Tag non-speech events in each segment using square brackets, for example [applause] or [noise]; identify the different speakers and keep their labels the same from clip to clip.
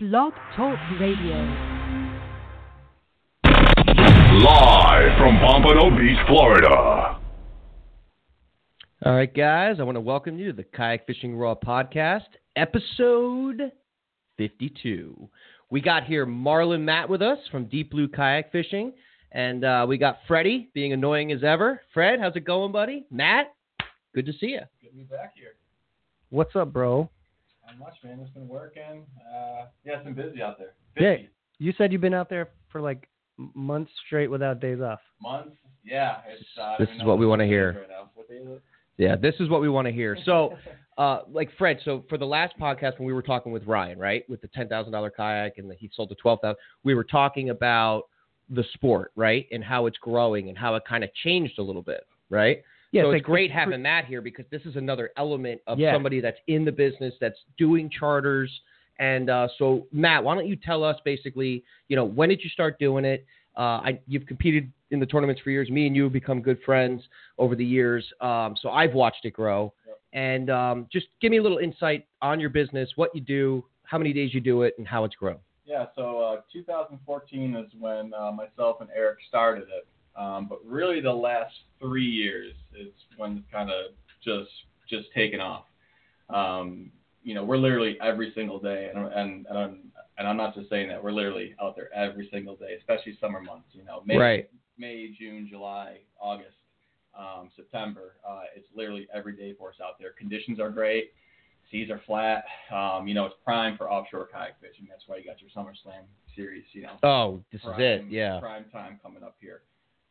Speaker 1: Blog Talk Radio.
Speaker 2: Live from Pompano Beach, Florida.
Speaker 3: All right, guys, I want to welcome you to the Kayak Fishing Raw podcast, episode 52. We got here Marlon Matt with us from Deep Blue Kayak Fishing, and uh, we got Freddie being annoying as ever. Fred, how's it going, buddy? Matt, good to see you.
Speaker 4: Good to be back here.
Speaker 5: What's up, bro?
Speaker 4: Not much, man. Just been working. Uh, yeah, it's been busy out there.
Speaker 5: Yeah.
Speaker 4: Busy.
Speaker 5: You said you've been out there for like m- months straight without days off.
Speaker 4: Months. Yeah. It's, uh, I don't
Speaker 3: This
Speaker 4: even
Speaker 3: is
Speaker 4: know
Speaker 3: what we wanna
Speaker 4: it is
Speaker 3: hear.
Speaker 4: Right now. What day is it?
Speaker 3: Yeah, this is what we want to hear. So, uh, like Fred, so for the last podcast when we were talking with Ryan, right, with the ten thousand dollar kayak and the, he sold the twelve thousand, we were talking about the sport, right, and how it's growing and how it kind of changed a little bit, right?
Speaker 5: Yeah,
Speaker 3: so
Speaker 5: it's
Speaker 3: it's
Speaker 5: like-
Speaker 3: great having Matt here because this is another element of
Speaker 5: Yeah.
Speaker 3: somebody that's in the business that's doing charters. And uh, so, Matt, why don't you tell us basically, you know, when did you start doing it? Uh, I, you've competed in the tournaments for years. Me and you have become good friends over the years. Um, so I've watched it grow. And um, just give me a little insight on your business, what you do, how many days you do it, and how it's grown.
Speaker 4: Yeah, so uh, 2014 is when uh, myself and Eric started it. Um, but really, the last three years is when it's kind of just just taken off. Um, you know, we're literally every single day, and and and I'm, and I'm not just saying that. We're literally out there every single day, especially summer months. You know, May,
Speaker 3: Right.
Speaker 4: May, June, July, August, um, September. Uh, it's literally every day for us out there. Conditions are great seas are flat. Um, you know, it's prime for offshore kayak fishing. That's why you got your SummerSlam series. You know,
Speaker 3: Oh, this is it.
Speaker 4: prime-
Speaker 3: Yeah.
Speaker 4: prime time coming up here.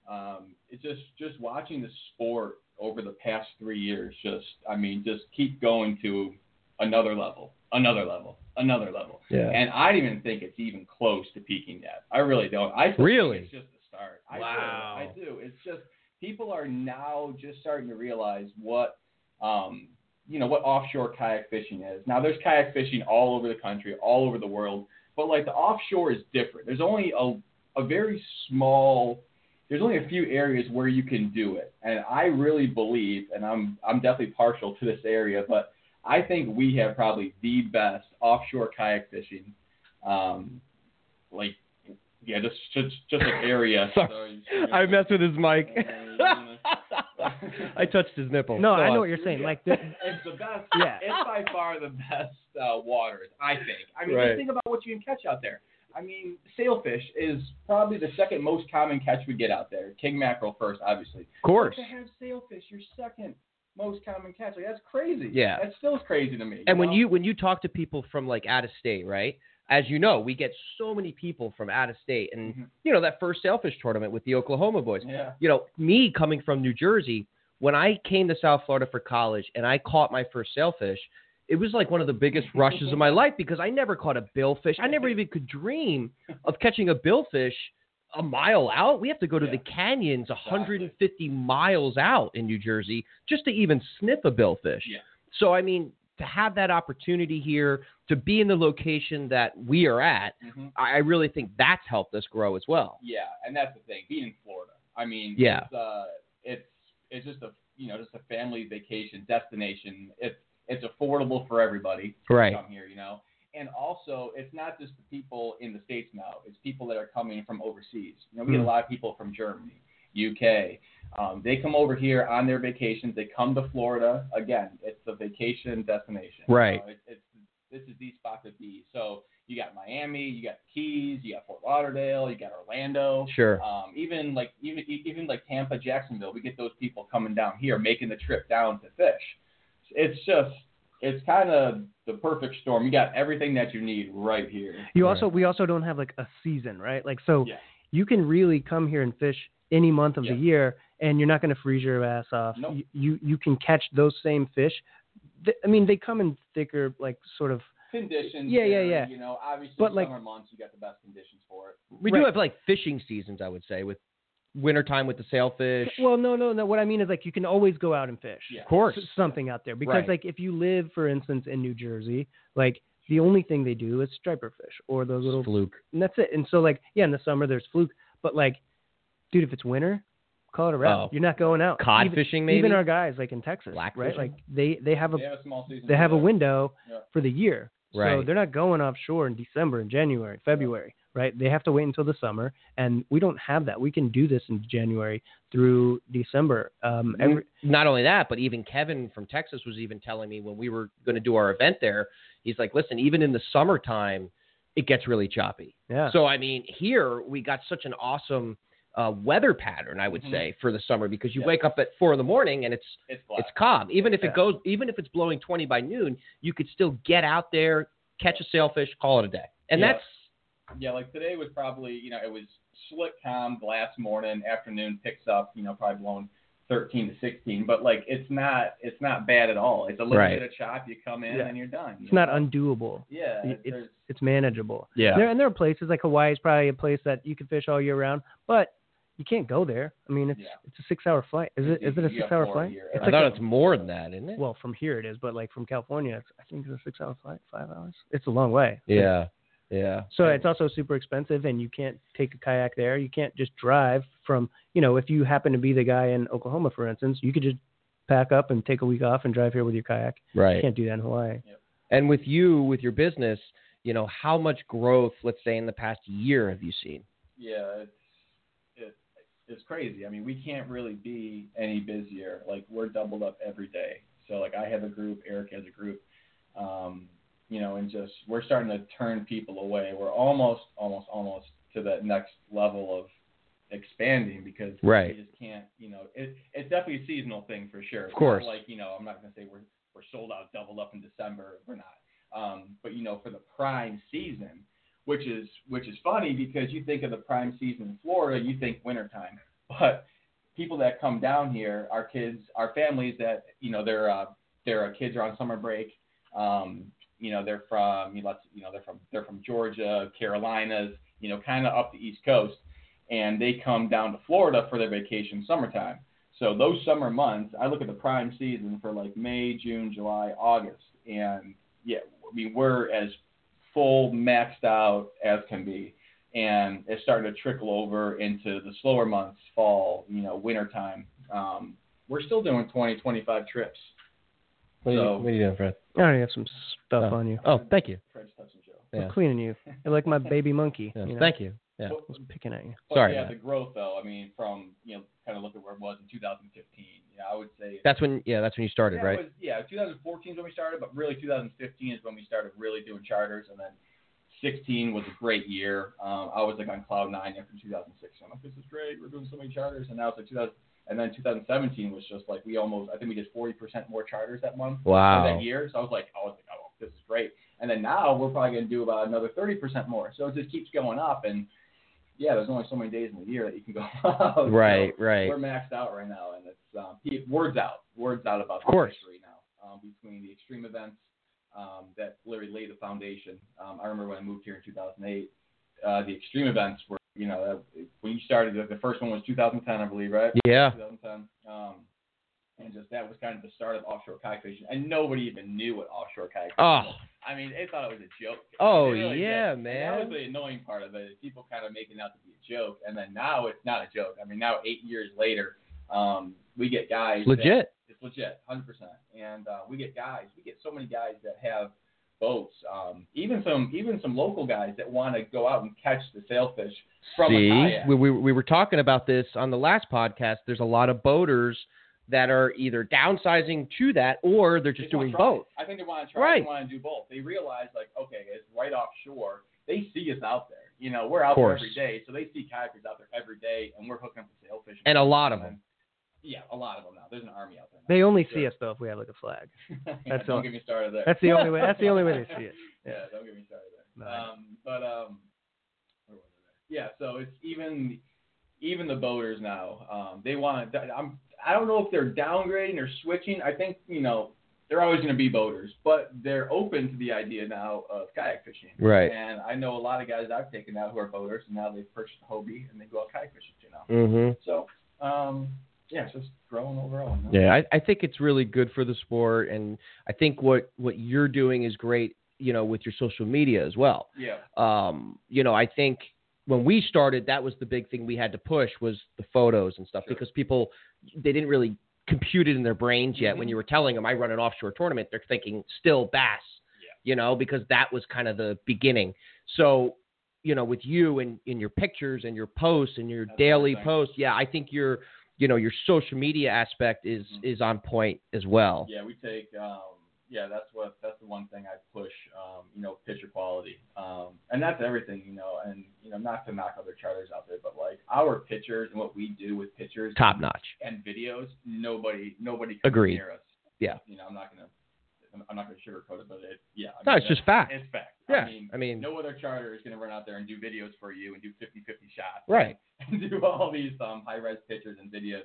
Speaker 4: Um, it's just just watching the sport over the past three years. Just I mean, just keep going to another level, another level, another level.
Speaker 5: Yeah.
Speaker 4: And I don't even think it's even close to peaking yet. I really don't. I still
Speaker 3: Really?
Speaker 4: think it's just the start. I
Speaker 3: Wow.
Speaker 4: Do. I do. It's just people are now just starting to realize what um, you know what offshore kayak fishing is. Now there's kayak fishing all over the country, all over the world, but like the offshore is different. There's only a a very small there's only a few areas where you can do it. And I really believe and I'm I'm definitely partial to this area, but I think we have probably the best offshore kayak fishing um like yeah, just just just an area.
Speaker 3: [laughs] Sorry.
Speaker 4: So-
Speaker 3: I messed with his mic. [laughs] I touched his nipple.
Speaker 5: No,
Speaker 3: Go
Speaker 5: I know
Speaker 3: on.
Speaker 5: what you're saying. Like,
Speaker 3: [laughs]
Speaker 5: the,
Speaker 4: it's the best.
Speaker 5: Yeah.
Speaker 4: It's by far the best uh, waters, I think. I mean,
Speaker 3: Right.
Speaker 4: just think about what you can catch out there. I mean, sailfish is probably the second most common catch we get out there. King mackerel first, obviously.
Speaker 3: Of course.
Speaker 4: To have sailfish, your second most common catch, like that's crazy.
Speaker 3: Yeah.
Speaker 4: That still is crazy to me.
Speaker 3: And when
Speaker 4: know?
Speaker 3: you when you talk to people from like out of state, right? As you know, we get so many people from out of state, and
Speaker 4: Mhm.
Speaker 3: you know that first sailfish tournament with the Oklahoma boys.
Speaker 4: yeah,
Speaker 3: You know, me coming from New Jersey, when I came to South Florida for college and I caught my first sailfish, it was like one of the biggest rushes of my life because I never caught a billfish. I never even could dream of catching a billfish a mile out. We have to go to
Speaker 4: Yeah.
Speaker 3: the canyons 150 miles out in New Jersey just to even sniff a billfish.
Speaker 4: Yeah.
Speaker 3: So, I mean, to have that opportunity here, to be in the location that we are at,
Speaker 4: Mhm.
Speaker 3: I I really think that's helped us grow as well.
Speaker 4: yeah, and that's the thing. Being in Florida, I mean,
Speaker 3: Yeah.
Speaker 4: it's, uh, it's it's just a you know just a family vacation destination. It's it's affordable for everybody.
Speaker 3: Right.
Speaker 4: come here, you know. And also, it's not just the people in the states now; it's people that are coming from overseas. You know, we get a
Speaker 3: Hmm.
Speaker 4: lot of people from Germany, UK. Um, they come over here on their vacations. They come to Florida again. It's a vacation destination. you
Speaker 3: Right.
Speaker 4: know, it's, it's this is the spot to be. So you got Miami, you got the Keys, you got Fort Lauderdale, you got Orlando.
Speaker 3: Sure.
Speaker 4: Um, even like even e, even like Tampa, Jacksonville, we get those people coming down here, making the trip down to fish. It's just it's kind of the perfect storm. You got everything that you need right here.
Speaker 5: you also we also don't have like a season, right? Like, so
Speaker 4: Yeah.
Speaker 5: you can really come here and fish any month of
Speaker 4: Yeah.
Speaker 5: the year, and you're not going to freeze your ass off.
Speaker 4: Nope.
Speaker 5: You, you you can catch those same fish. Th I mean, they come in thicker, like sort of.
Speaker 4: Conditions.
Speaker 5: Yeah, yeah,
Speaker 4: there,
Speaker 5: yeah.
Speaker 4: You know, obviously
Speaker 5: But, like-
Speaker 4: summer months, you got the best conditions for it.
Speaker 3: We do
Speaker 5: Right.
Speaker 3: have like fishing seasons, I would say, with wintertime with the sailfish.
Speaker 5: Well, no, no, no. What I mean is like you can always go out and fish.
Speaker 4: Yeah.
Speaker 3: of course.
Speaker 5: s- something out there because
Speaker 3: Right.
Speaker 5: like if you live for instance in New Jersey, like the only thing they do is striper fish or those little
Speaker 3: Fluke.
Speaker 5: and that's it. And so like yeah, in the summer there's fluke, but like dude, if it's winter, call it a wrap.
Speaker 3: Oh.
Speaker 5: You're not going out.
Speaker 3: Cod
Speaker 5: even,
Speaker 3: fishing, maybe?
Speaker 5: Even our guys like in Texas,
Speaker 3: Black
Speaker 5: right?
Speaker 3: fishing?
Speaker 5: Like they they have a
Speaker 4: They have a small season.
Speaker 5: they have a
Speaker 4: for that.
Speaker 5: window
Speaker 4: Yeah.
Speaker 5: for the year.
Speaker 3: Right.
Speaker 5: So they're not going offshore in December and January, February, right? They have to wait until the summer, and we don't have that. We can do this in January through December. Um,
Speaker 3: Mm-hmm.
Speaker 5: every,
Speaker 3: not only that, but even Kevin from Texas was even telling me when we were going to do our event there, he's like, listen, even in the summertime, it gets really choppy.
Speaker 5: yeah.
Speaker 3: So, I mean, here we got such an awesome uh, weather pattern, I would
Speaker 5: Mm-hmm.
Speaker 4: Mhm.
Speaker 3: say, for the summer because you
Speaker 4: Yeah.
Speaker 3: wake up at four in the morning and it's
Speaker 4: It's black.
Speaker 3: it's calm. Even if
Speaker 5: Yeah.
Speaker 3: it goes, even if it's blowing twenty by noon, you could still get out there, catch a sailfish, call it a day, and
Speaker 4: Yeah.
Speaker 3: that's
Speaker 4: Yeah, like today was probably, you know, it was slick calm last morning, afternoon picks up, you know, probably blowing 13 to 16, but like it's not it's not bad at all. It's a little
Speaker 3: Right.
Speaker 4: bit of chop, you come in
Speaker 5: Yeah.
Speaker 4: and you're done.
Speaker 5: it's not undoable.
Speaker 4: Yeah,
Speaker 5: It-
Speaker 4: there's-
Speaker 5: it's it's manageable.
Speaker 3: yeah.
Speaker 5: There and there are places like Hawaii is probably a place that you can fish all year round, but you can't go there. I mean, it's
Speaker 4: Yeah.
Speaker 5: it's a six hour flight. Is it
Speaker 4: You-
Speaker 5: is it a
Speaker 4: you got
Speaker 5: six hour
Speaker 4: four
Speaker 5: flight?
Speaker 4: here.
Speaker 5: It's
Speaker 3: I
Speaker 5: like
Speaker 3: thought
Speaker 5: a-
Speaker 3: it's more than that,
Speaker 4: [laughs]
Speaker 3: isn't it?
Speaker 5: well, from here it is, but like from California, it's, I think it's a six hour flight, five hours. It's a long way.
Speaker 3: yeah, yeah.
Speaker 5: So it's also super expensive, and you can't take a kayak there. You can't just drive from, you know, if you happen to be the guy in Oklahoma, for instance, you could just pack up and take a week off and drive here with your kayak. You
Speaker 3: right.
Speaker 5: can't do that in Hawaii.
Speaker 3: And with you, with your business, you know, how much growth, let's say, in the past year have you seen?
Speaker 4: yeah, it's it, it's crazy. I mean, we can't really be any busier. Like we're doubled up every day. So like I have a group, Eric has a group, um, you know, and just we're starting to turn people away. We're almost, almost, almost to that next level of expanding because
Speaker 3: Right.
Speaker 4: we just can't, you know, it, it's definitely a seasonal thing for sure. It's not
Speaker 3: course.
Speaker 4: like you know, I'm not gonna say we're we're sold out, doubled up in December. We're not. Um, but you know, for the prime season, which is which is funny because you think of the prime season in Florida, you think wintertime. [laughs] But people that come down here, our kids, our families that you know, their uh, their kids are on summer break. Um, you know, they're from you know, let's- you know they're from they're from Georgia, Carolinas, you know, kind of up the East Coast, and they come down to Florida for their vacation summertime. So those summer months, I look at the prime season for like May, June, July, August, and yeah, I mean we're as full maxed out as can be. And it's starting to trickle over into the slower months, fall, you know, winter time. Um, we're still doing 20, 25 trips.
Speaker 3: What are,
Speaker 4: So-
Speaker 3: you, what are you doing, Fred?
Speaker 5: I already have some stuff
Speaker 3: Oh.
Speaker 5: on you.
Speaker 3: Oh, thank you.
Speaker 4: Fred's touching Joe.
Speaker 3: Yeah.
Speaker 5: I'm cleaning you. You're like my baby monkey.
Speaker 3: Yeah,
Speaker 5: you know?
Speaker 3: Thank you. Yeah.
Speaker 4: But-
Speaker 5: I was picking at you.
Speaker 4: but
Speaker 3: Sorry,
Speaker 4: Yeah,
Speaker 3: Matt.
Speaker 4: the growth though. I mean, from you know, kind of look at where it was in 2015. Yeah, I would say
Speaker 3: That's when, yeah, that's when you started,
Speaker 4: Yeah,
Speaker 3: right?
Speaker 4: It was, yeah, 2014 is when we started, but really 2015 is when we started really doing charters, and then 16 was a great year. Um, I was like on cloud nine after 2006. I'm like, this is great. We're doing so many charters, and now it's like 2000. And then 2017 was just like we almost, I think we did 40% more charters that month or
Speaker 3: wow.
Speaker 4: that year. So I was like, I was like, oh, this is great. And then now we're probably going to do about another 30% more. So it just keeps going up, and yeah, there's only so many days in the year that you can go [laughs] out. So-
Speaker 3: Right, right.
Speaker 4: we're maxed out right now, and it's um, he- words out, words out about
Speaker 3: Of course.
Speaker 4: the race right now um, between the extreme events um, that literally laid the foundation. Um, I remember when I moved here in 2008, uh, the extreme events were, you know, that, when you started, the, the first one was 2010, I believe, right?
Speaker 3: Yeah.
Speaker 4: 2010. Um, and just that was kind of the start of offshore kayak fishing, and nobody even knew what offshore kayak. fishing
Speaker 3: Oh,
Speaker 4: was. I mean, they thought it was a joke.
Speaker 3: Oh,
Speaker 4: They really
Speaker 3: yeah,
Speaker 4: did.
Speaker 3: man.
Speaker 4: And that was the annoying part of it. is People kind of making it out to be a joke, and then now it's not a joke. I mean, now eight years later, um, we get guys. that-
Speaker 3: legit.
Speaker 4: it's legit, hundred percent. And uh, we get guys. We get so many guys that have boats. Um, even some, even some local guys that want to go out and catch the sailfish from a
Speaker 3: See,
Speaker 4: kayak.
Speaker 3: we, we, we were talking about this on the last podcast. There's a lot of boaters that are either downsizing to that or they're just
Speaker 4: They wanna
Speaker 3: doing
Speaker 4: try
Speaker 3: both.
Speaker 4: it. I think they want to try.
Speaker 3: Right.
Speaker 4: They want to do both. They realize like, okay, it's right offshore. They see us out there. You know, we're out there
Speaker 3: Course.
Speaker 4: every day, so they see kayakers out there every day, and we're hooking up the sailfish.
Speaker 3: And a lot of them.
Speaker 4: Um, Yeah, a lot of them now. There's an army out there. Now.
Speaker 5: They only see
Speaker 4: Sure.
Speaker 5: us though if we have like a flag.
Speaker 4: yeah, [laughs]
Speaker 5: That's
Speaker 4: don't
Speaker 5: all.
Speaker 4: get me started there.
Speaker 5: That's the only way. That's the only
Speaker 4: [laughs]
Speaker 5: way they see it.
Speaker 4: Yeah,
Speaker 5: Yeah.
Speaker 4: don't get me started there.
Speaker 5: No, I know.
Speaker 4: Um, but um, where was I? yeah, so it's even even the boaters now. Um, they want to. I'm. I don't know if they're downgrading or switching. I think you know they're always going to be boaters, but they're open to the idea now of kayak fishing.
Speaker 3: Right.
Speaker 4: And I know a lot of guys that I've taken out who are boaters, and now they've purchased a Hobie and they go out kayak fishing too now.
Speaker 3: Mm-hmm.
Speaker 4: So um, yeah, it's just growing overall. you know?
Speaker 3: Yeah, I, I think it's really good for the sport, and I think what what you're doing is great. You know, with your social media as well.
Speaker 4: Yeah.
Speaker 3: Um, you know, I think when we started, that was the big thing we had to push was the photos and stuff
Speaker 4: Sure.
Speaker 3: because people they didn't really compute it in their brains yet. When
Speaker 4: Mhm.
Speaker 3: you were telling them, I run an offshore tournament, they're thinking still bass.
Speaker 4: Yeah.
Speaker 3: you know, because that was kind of the beginning. So, you know, with you and in your pictures and your posts and your
Speaker 4: That's
Speaker 3: daily
Speaker 4: what I think.
Speaker 3: posts, yeah, I think your, you know, your social media aspect is
Speaker 4: Mhm.
Speaker 3: is on point as well.
Speaker 4: Yeah, we take. Um, yeah, that's what. That's the one thing I push. Um, you know, picture quality. Um, and that's everything. You know, and you know, not to knock other charters out there, but like our pictures and what we do with pictures
Speaker 3: Top notch.
Speaker 4: and videos, nobody, nobody comes
Speaker 3: Agreed.
Speaker 4: near us.
Speaker 3: Yeah.
Speaker 4: You know, I'm not gonna. I'm- I'm not gonna sugarcoat it, but it. Yeah. I
Speaker 3: No,
Speaker 4: mean,
Speaker 3: it's just
Speaker 4: that's-
Speaker 3: fact.
Speaker 4: It's fact.
Speaker 3: Yeah,
Speaker 4: I mean,
Speaker 3: I mean-
Speaker 4: no other charter is gonna run out there and do videos for you and do 50-50 shots.
Speaker 3: Right.
Speaker 4: [laughs] And do all these um, high-res pictures and videos.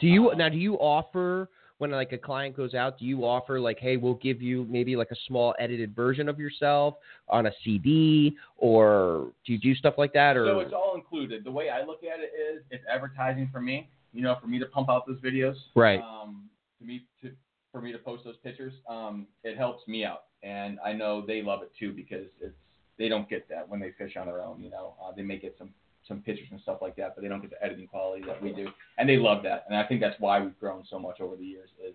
Speaker 3: Do you
Speaker 4: Um,
Speaker 3: now? Do you offer when like a client goes out? Do you offer like, hey, we'll give you maybe like a small edited version of yourself on a CD, or do you do stuff like that? Or
Speaker 4: So it's all included. The way I look at it is, it's advertising for me. You know, for me to pump out those videos.
Speaker 3: Right.
Speaker 4: Um, to me, to for me to post those pictures, um, it helps me out, and I know they love it too because it's they don't get that when they fish on their own. You know, uh, they may get some some pictures and stuff like that, but they don't get the editing quality that we do, and they love that. And I think that's why we've grown so much over the years is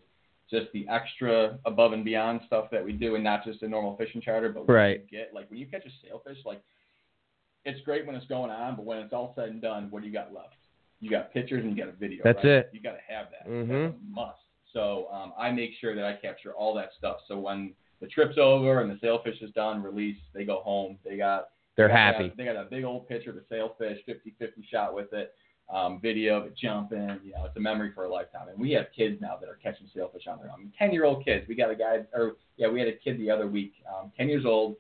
Speaker 4: just the extra above and beyond stuff that we do, and not just a normal fishing charter, but what
Speaker 3: Right.
Speaker 4: you get like when you catch a sailfish, like it's great when it's going on, but when it's all said and done, what do you got left? You got pictures and you got a video.
Speaker 3: That's
Speaker 4: right?
Speaker 3: it.
Speaker 4: You got to have that.
Speaker 3: Mhm.
Speaker 4: That's a must. So um, I make sure that I capture all that stuff. So when the trip's over and the sailfish is done, release, they go home. They got
Speaker 3: they're
Speaker 4: they got-
Speaker 3: happy.
Speaker 4: They got, a big old picture of the sailfish, 50-50 shot with it, um, video of it jumping. You know, it's a memory for a lifetime. And we have kids now that are catching sailfish on their own. Ten-year-old kids. We got a guy, or yeah, we had a kid the other week, um, ten years old.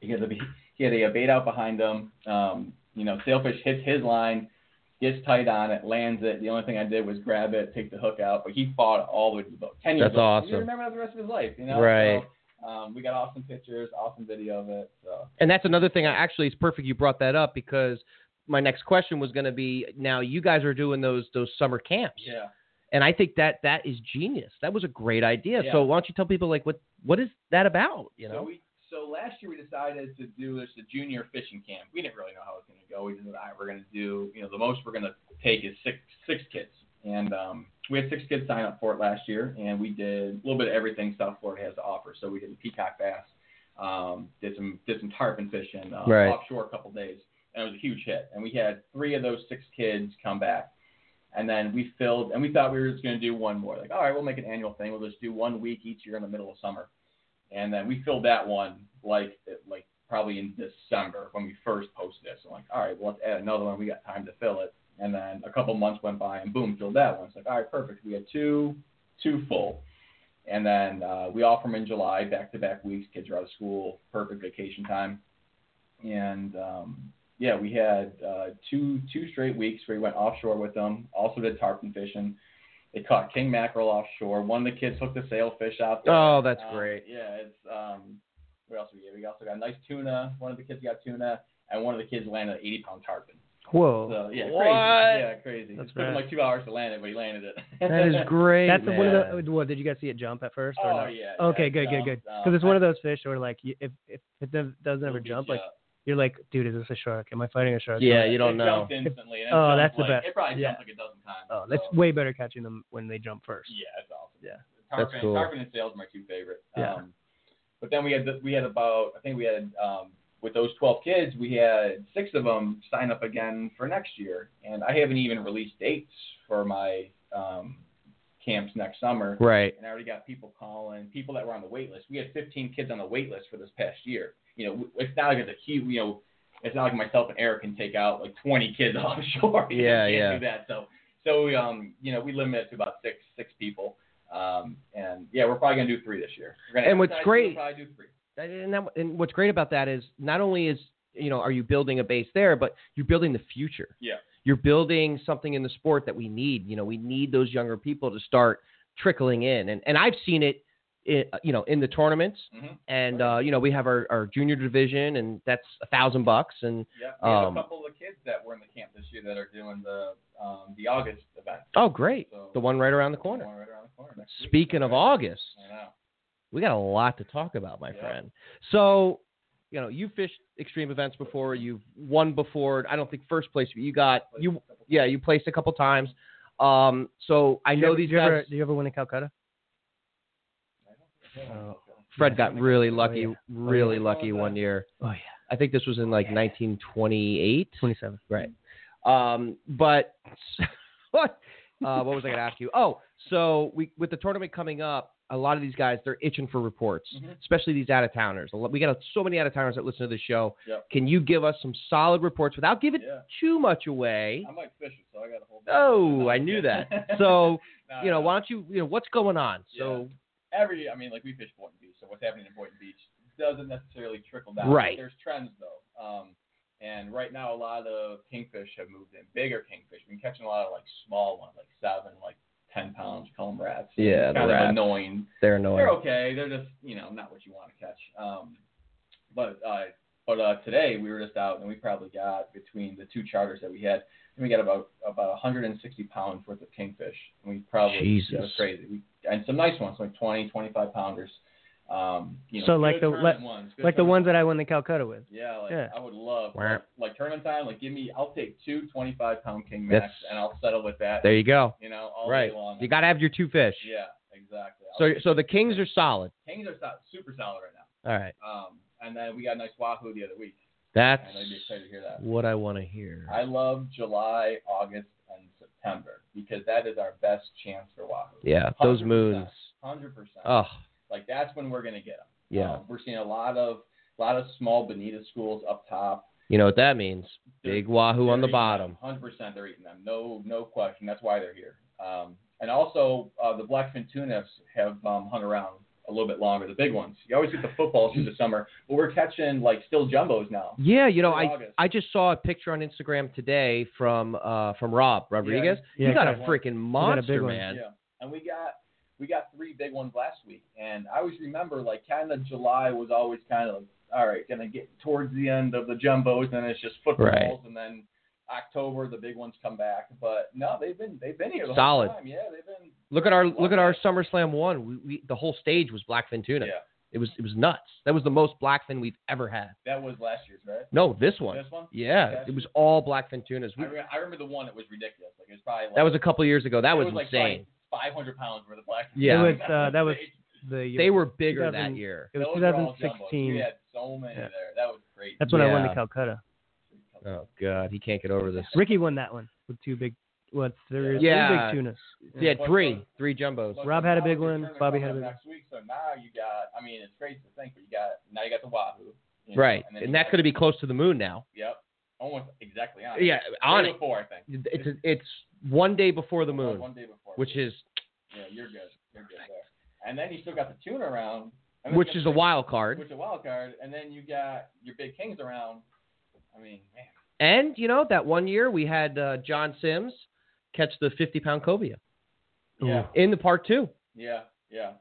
Speaker 4: He had a he had a bait out behind him. Um, you know, sailfish hits his line, gets tight on it, lands it. The only thing I did was grab it, take the hook out, but he fought it all the way to the boat. Ten years
Speaker 3: That's
Speaker 4: old. He's
Speaker 3: awesome.
Speaker 4: gonna remember that the rest of his life. You know,
Speaker 3: Right.
Speaker 4: So, um, we got awesome pictures, awesome video of it. So
Speaker 3: And that's another thing. I actually, it's perfect you brought that up because my next question was going to be now you guys are doing those those summer camps,
Speaker 4: yeah.
Speaker 3: and I think that that is genius. That was a great idea.
Speaker 4: Yeah.
Speaker 3: So why don't you tell people like what what is that about? You
Speaker 4: So
Speaker 3: know,
Speaker 4: we so last year we decided to do this a junior fishing camp. We didn't really know how it was going to go. We just thought "All right, we're going to do you know the most we're going to take is six six kids, and um, we had six kids sign up for it last year, and we did a little bit of everything South Florida has to offer. So we did peacock bass, um, did some did some tarpon fishing uh,
Speaker 3: Right.
Speaker 4: offshore a couple days, and it was a huge hit. And we had three of those six kids come back. And then we filled, and we thought we were just going to do one more. Like, all right, we'll make an annual thing. We'll just do one week each year in the middle of summer and then we filled that one like like probably in December when we first posted it. So like, all right, well let's add another one. We got time to fill it. And then a couple months went by, and boom, filled that one. It's like, all right, perfect. We had two two full, and then uh, we offer them in July, back to back weeks. Kids are out of school, perfect vacation time, and. Um, yeah, we had uh, two two straight weeks where we went offshore with them. Also did tarpon fishing. They caught king mackerel offshore. One of the kids hooked a sailfish out. there.
Speaker 3: oh, that's
Speaker 4: Um, [laughs]
Speaker 3: great.
Speaker 4: Yeah, it's um, what else we get? We also got nice tuna. One of the kids got tuna, and one of the kids landed an 80 pound tarpon.
Speaker 5: Whoa.
Speaker 4: So yeah,
Speaker 3: What?
Speaker 4: crazy. Yeah, crazy.
Speaker 5: That's
Speaker 4: it took
Speaker 5: rad.
Speaker 4: him like two hours to land it, but he landed it.
Speaker 3: That
Speaker 4: [laughs]
Speaker 3: is great.
Speaker 5: That's one
Speaker 3: man.
Speaker 5: of the. What did you guys see it jump at first? Or
Speaker 4: oh
Speaker 5: not?
Speaker 4: yeah.
Speaker 5: Okay,
Speaker 4: yeah,
Speaker 5: good, good,
Speaker 4: um,
Speaker 5: good. Because
Speaker 4: um,
Speaker 5: it's one
Speaker 4: I-
Speaker 5: of those fish where like you, if if it does- doesn't ever
Speaker 4: it'll
Speaker 5: jump,
Speaker 4: beat
Speaker 5: like
Speaker 4: you up.
Speaker 5: you're like, dude, is this a shark? Am I fighting a shark?
Speaker 3: Yeah,
Speaker 5: Am I-
Speaker 3: you don't
Speaker 4: It
Speaker 3: know.
Speaker 4: jumped instantly, and
Speaker 5: [laughs]
Speaker 4: it
Speaker 5: Oh,
Speaker 4: jumped,
Speaker 5: that's the
Speaker 4: like-
Speaker 5: best.
Speaker 4: It probably
Speaker 5: Yeah.
Speaker 4: jumped like a dozen times.
Speaker 5: Oh, that's
Speaker 4: so,
Speaker 5: way better catching them when they jump first.
Speaker 4: Yeah, it's awesome.
Speaker 5: Yeah.
Speaker 4: Tarpon,
Speaker 3: That's cool.
Speaker 4: tarpon and sails are my two favorite.
Speaker 5: Yeah.
Speaker 4: Um, but then we had the, we had about I think we had um, with those 12 kids we had six of them sign up again for next year, and I haven't even released dates for my um, camps next summer.
Speaker 3: Right.
Speaker 4: And I already got people calling, people that were on the wait list. We had 15 kids on the wait list for this past year. You know, it's not like it's a huge, you know, it's not like myself and Eric can take out like 20 kids [laughs] offshore. You
Speaker 3: Yeah,
Speaker 4: can't
Speaker 3: yeah.
Speaker 4: Do that. So, so we, um, you know, we limit it to about six, six people. Um, and yeah, we're probably gonna do three this year. We're gonna
Speaker 3: And what's
Speaker 4: advertise,
Speaker 3: great-
Speaker 4: We'll probably do three.
Speaker 3: That- and, that, and what's great about that is not only is you know are you building a base there, but you're building the future.
Speaker 4: Yeah.
Speaker 3: You're building something in the sport that we need. You know, we need those younger people to start trickling in, and and I've seen it, i you know, in the tournaments,
Speaker 4: Mhm.
Speaker 3: and uh, you know we have our, our junior division, and that's a thousand bucks, and
Speaker 4: Yeah. We have
Speaker 3: Um,
Speaker 4: a couple of kids that were in the camp this year that are doing the um, the August event.
Speaker 3: oh great,
Speaker 4: So-
Speaker 3: the one right around the corner.
Speaker 4: One right around the corner next week.
Speaker 3: Speaking of August,
Speaker 4: I know.
Speaker 3: we got a lot to talk about, my
Speaker 4: Yeah.
Speaker 3: friend. So, you know, you fished extreme events before. You've won before. I don't think first place, but you got you. Yeah, you placed a couple times. Um, so I
Speaker 5: Do you
Speaker 3: know
Speaker 5: ever-
Speaker 3: these
Speaker 5: do you
Speaker 3: guys.
Speaker 5: Ever, do you ever win in Calcutta?
Speaker 4: I don't think I have
Speaker 5: Oh.
Speaker 4: one.
Speaker 3: Fred got really lucky,
Speaker 5: Oh, yeah.
Speaker 3: really lucky one year.
Speaker 5: Oh yeah,
Speaker 3: I think this was in like 1928.
Speaker 5: 27.
Speaker 3: Right. Um, but [laughs] what? Uh, what was I going to ask you? Oh, so we with the tournament coming up, a lot of these guys they're itching for reports,
Speaker 4: Mhm.
Speaker 3: especially these out of towners. We got so many out of towners that listen to the show.
Speaker 4: Yep.
Speaker 3: Can you give us some solid reports without giving
Speaker 4: Yeah.
Speaker 3: too much away?
Speaker 4: I'm like Fisher, so I got a whole.
Speaker 3: Oh, I
Speaker 4: [laughs]
Speaker 3: knew that. So
Speaker 4: Nah,
Speaker 3: you know,
Speaker 4: nah.
Speaker 3: why don't you you know what's going on? So
Speaker 4: every I mean, like we fish Boynton Beach, so what's happening in Boynton Beach doesn't necessarily trickle down.
Speaker 3: Right.
Speaker 4: There's trends though. Um, and right now a lot of kingfish have moved in, bigger kingfish. We've been catching a lot of like small ones, like seven, like ten pounds. Call them rats.
Speaker 3: Yeah, the
Speaker 4: kind
Speaker 3: rats.
Speaker 4: of annoying.
Speaker 3: they're annoying.
Speaker 4: They're okay. They're just you know not what you want to catch. Um, but uh, but uh, today we were just out and we probably got between the two charters that we had, and we got about about 160 pounds worth of kingfish. And we probably
Speaker 3: Jesus.
Speaker 4: it was crazy. We, and some nice ones, like 20, 25 pounders. Um, you know,
Speaker 5: So like
Speaker 4: good
Speaker 5: the-
Speaker 4: tournament
Speaker 5: like-
Speaker 4: ones, good
Speaker 5: Like the
Speaker 4: tournament
Speaker 5: ones that I went to Calcutta with.
Speaker 4: yeah, like
Speaker 5: Yeah.
Speaker 4: I would love
Speaker 3: Wah.
Speaker 4: like, like tournament time. Like give me, I'll take two 25 pound king max
Speaker 3: That's-
Speaker 4: and I'll settle with that.
Speaker 3: There you go.
Speaker 4: you know, all
Speaker 3: right.
Speaker 4: day long.
Speaker 3: You got to have your two fish.
Speaker 4: yeah, exactly. I'll
Speaker 3: So
Speaker 4: take
Speaker 3: so
Speaker 4: two.
Speaker 3: the Kings are solid.
Speaker 4: Kings are so- super solid right now.
Speaker 3: All right.
Speaker 4: Um, and then we got a nice Wahoo the other week.
Speaker 3: That's
Speaker 4: And I'd be excited to hear that.
Speaker 3: what I want to hear.
Speaker 4: I love July, August, and September because that is our best chance for Wahoo.
Speaker 3: yeah, those
Speaker 4: 100%.
Speaker 3: moons.
Speaker 4: Hundred percent.
Speaker 3: Oh,
Speaker 4: Like that's when we're gonna get them.
Speaker 3: yeah.
Speaker 4: we're seeing a lot of lot of small bonita schools up top.
Speaker 3: You know what that means?
Speaker 4: They're-
Speaker 3: Big Wahoo on the bottom.
Speaker 4: Hundred percent, they're eating them. No, no question. That's why they're here. Um, and also uh, the blackfin tuna have um, hung around a little bit longer. The big ones. You always get the footballs through the summer, but we're catching like still jumbos now.
Speaker 3: Yeah, you know,
Speaker 4: Through
Speaker 3: I
Speaker 4: August.
Speaker 3: I just saw a picture on Instagram today from uh from Rob Rodriguez.
Speaker 5: Yeah,
Speaker 3: you got a
Speaker 4: got one.
Speaker 3: freaking
Speaker 5: got a
Speaker 3: monster,
Speaker 5: big one.
Speaker 3: man.
Speaker 4: Yeah, and we got we got three big ones last week, and I always remember like kind of July was always kind of like, all right, gonna get towards the end of the jumbos, and it's just footballs,
Speaker 3: Right.
Speaker 4: and then October the big ones come back. But no, they've been they've been here the
Speaker 3: Solid.
Speaker 4: whole time. Yeah, they've been.
Speaker 3: Look at our look at our SummerSlam one. We, we the whole stage was blackfin tuna.
Speaker 4: Yeah,
Speaker 3: It was it was nuts. That was the most blackfin we've ever had.
Speaker 4: that was last year's, right?
Speaker 3: No, this one.
Speaker 4: This one.
Speaker 3: Yeah,
Speaker 4: Okay.
Speaker 3: it was all blackfin tunas.
Speaker 4: I,
Speaker 3: We,
Speaker 4: re- I remember the one that was ridiculous. Like it was probably like,
Speaker 3: that was a couple years ago. That
Speaker 4: it
Speaker 3: was,
Speaker 4: like
Speaker 3: insane.
Speaker 4: Five hundred pounds worth of black.
Speaker 3: Yeah.
Speaker 5: It was, uh, that
Speaker 4: [laughs]
Speaker 5: was- The
Speaker 3: they were bigger that
Speaker 5: 2000
Speaker 3: year.
Speaker 5: it was
Speaker 4: Those were all jumbos.
Speaker 5: 2016.
Speaker 4: We had so many
Speaker 5: Yeah.
Speaker 4: there. That was great.
Speaker 5: That's when I went
Speaker 3: Yeah.
Speaker 5: to Calcutta.
Speaker 3: Oh God, he can't get over this.
Speaker 5: Ricky won that one with two big, what three,
Speaker 3: Yeah.
Speaker 5: three big tunas.
Speaker 3: He had three, three jumbos.
Speaker 4: Look,
Speaker 5: Rob had a
Speaker 4: now
Speaker 5: big
Speaker 4: it's your
Speaker 5: one,
Speaker 4: turn to
Speaker 5: Bobby
Speaker 4: come
Speaker 5: had a
Speaker 4: up
Speaker 5: big
Speaker 4: next week. So now you got. I mean, it's crazy to think, but you got now you got the Wahoo. you know,
Speaker 3: Right,
Speaker 4: then you
Speaker 3: and that's
Speaker 4: got-
Speaker 3: going to be close to the moon now.
Speaker 4: Yep. Almost exactly on. it.
Speaker 3: Yeah,
Speaker 4: Day
Speaker 3: on it.
Speaker 4: Before I think.
Speaker 3: It's it's one day before the
Speaker 4: One-
Speaker 3: moon,
Speaker 4: One day before.
Speaker 3: which is
Speaker 4: Yeah, you're good. You're good there. And then you still got the tune around. I mean,
Speaker 3: which is a wild card.
Speaker 4: Which is a wild card, and then you got your big kings around. I mean, man.
Speaker 3: And you know that one year we had uh, John Sims catch the 50 pound cobia
Speaker 4: Yeah.
Speaker 3: in the part two.
Speaker 4: Yeah. Yeah.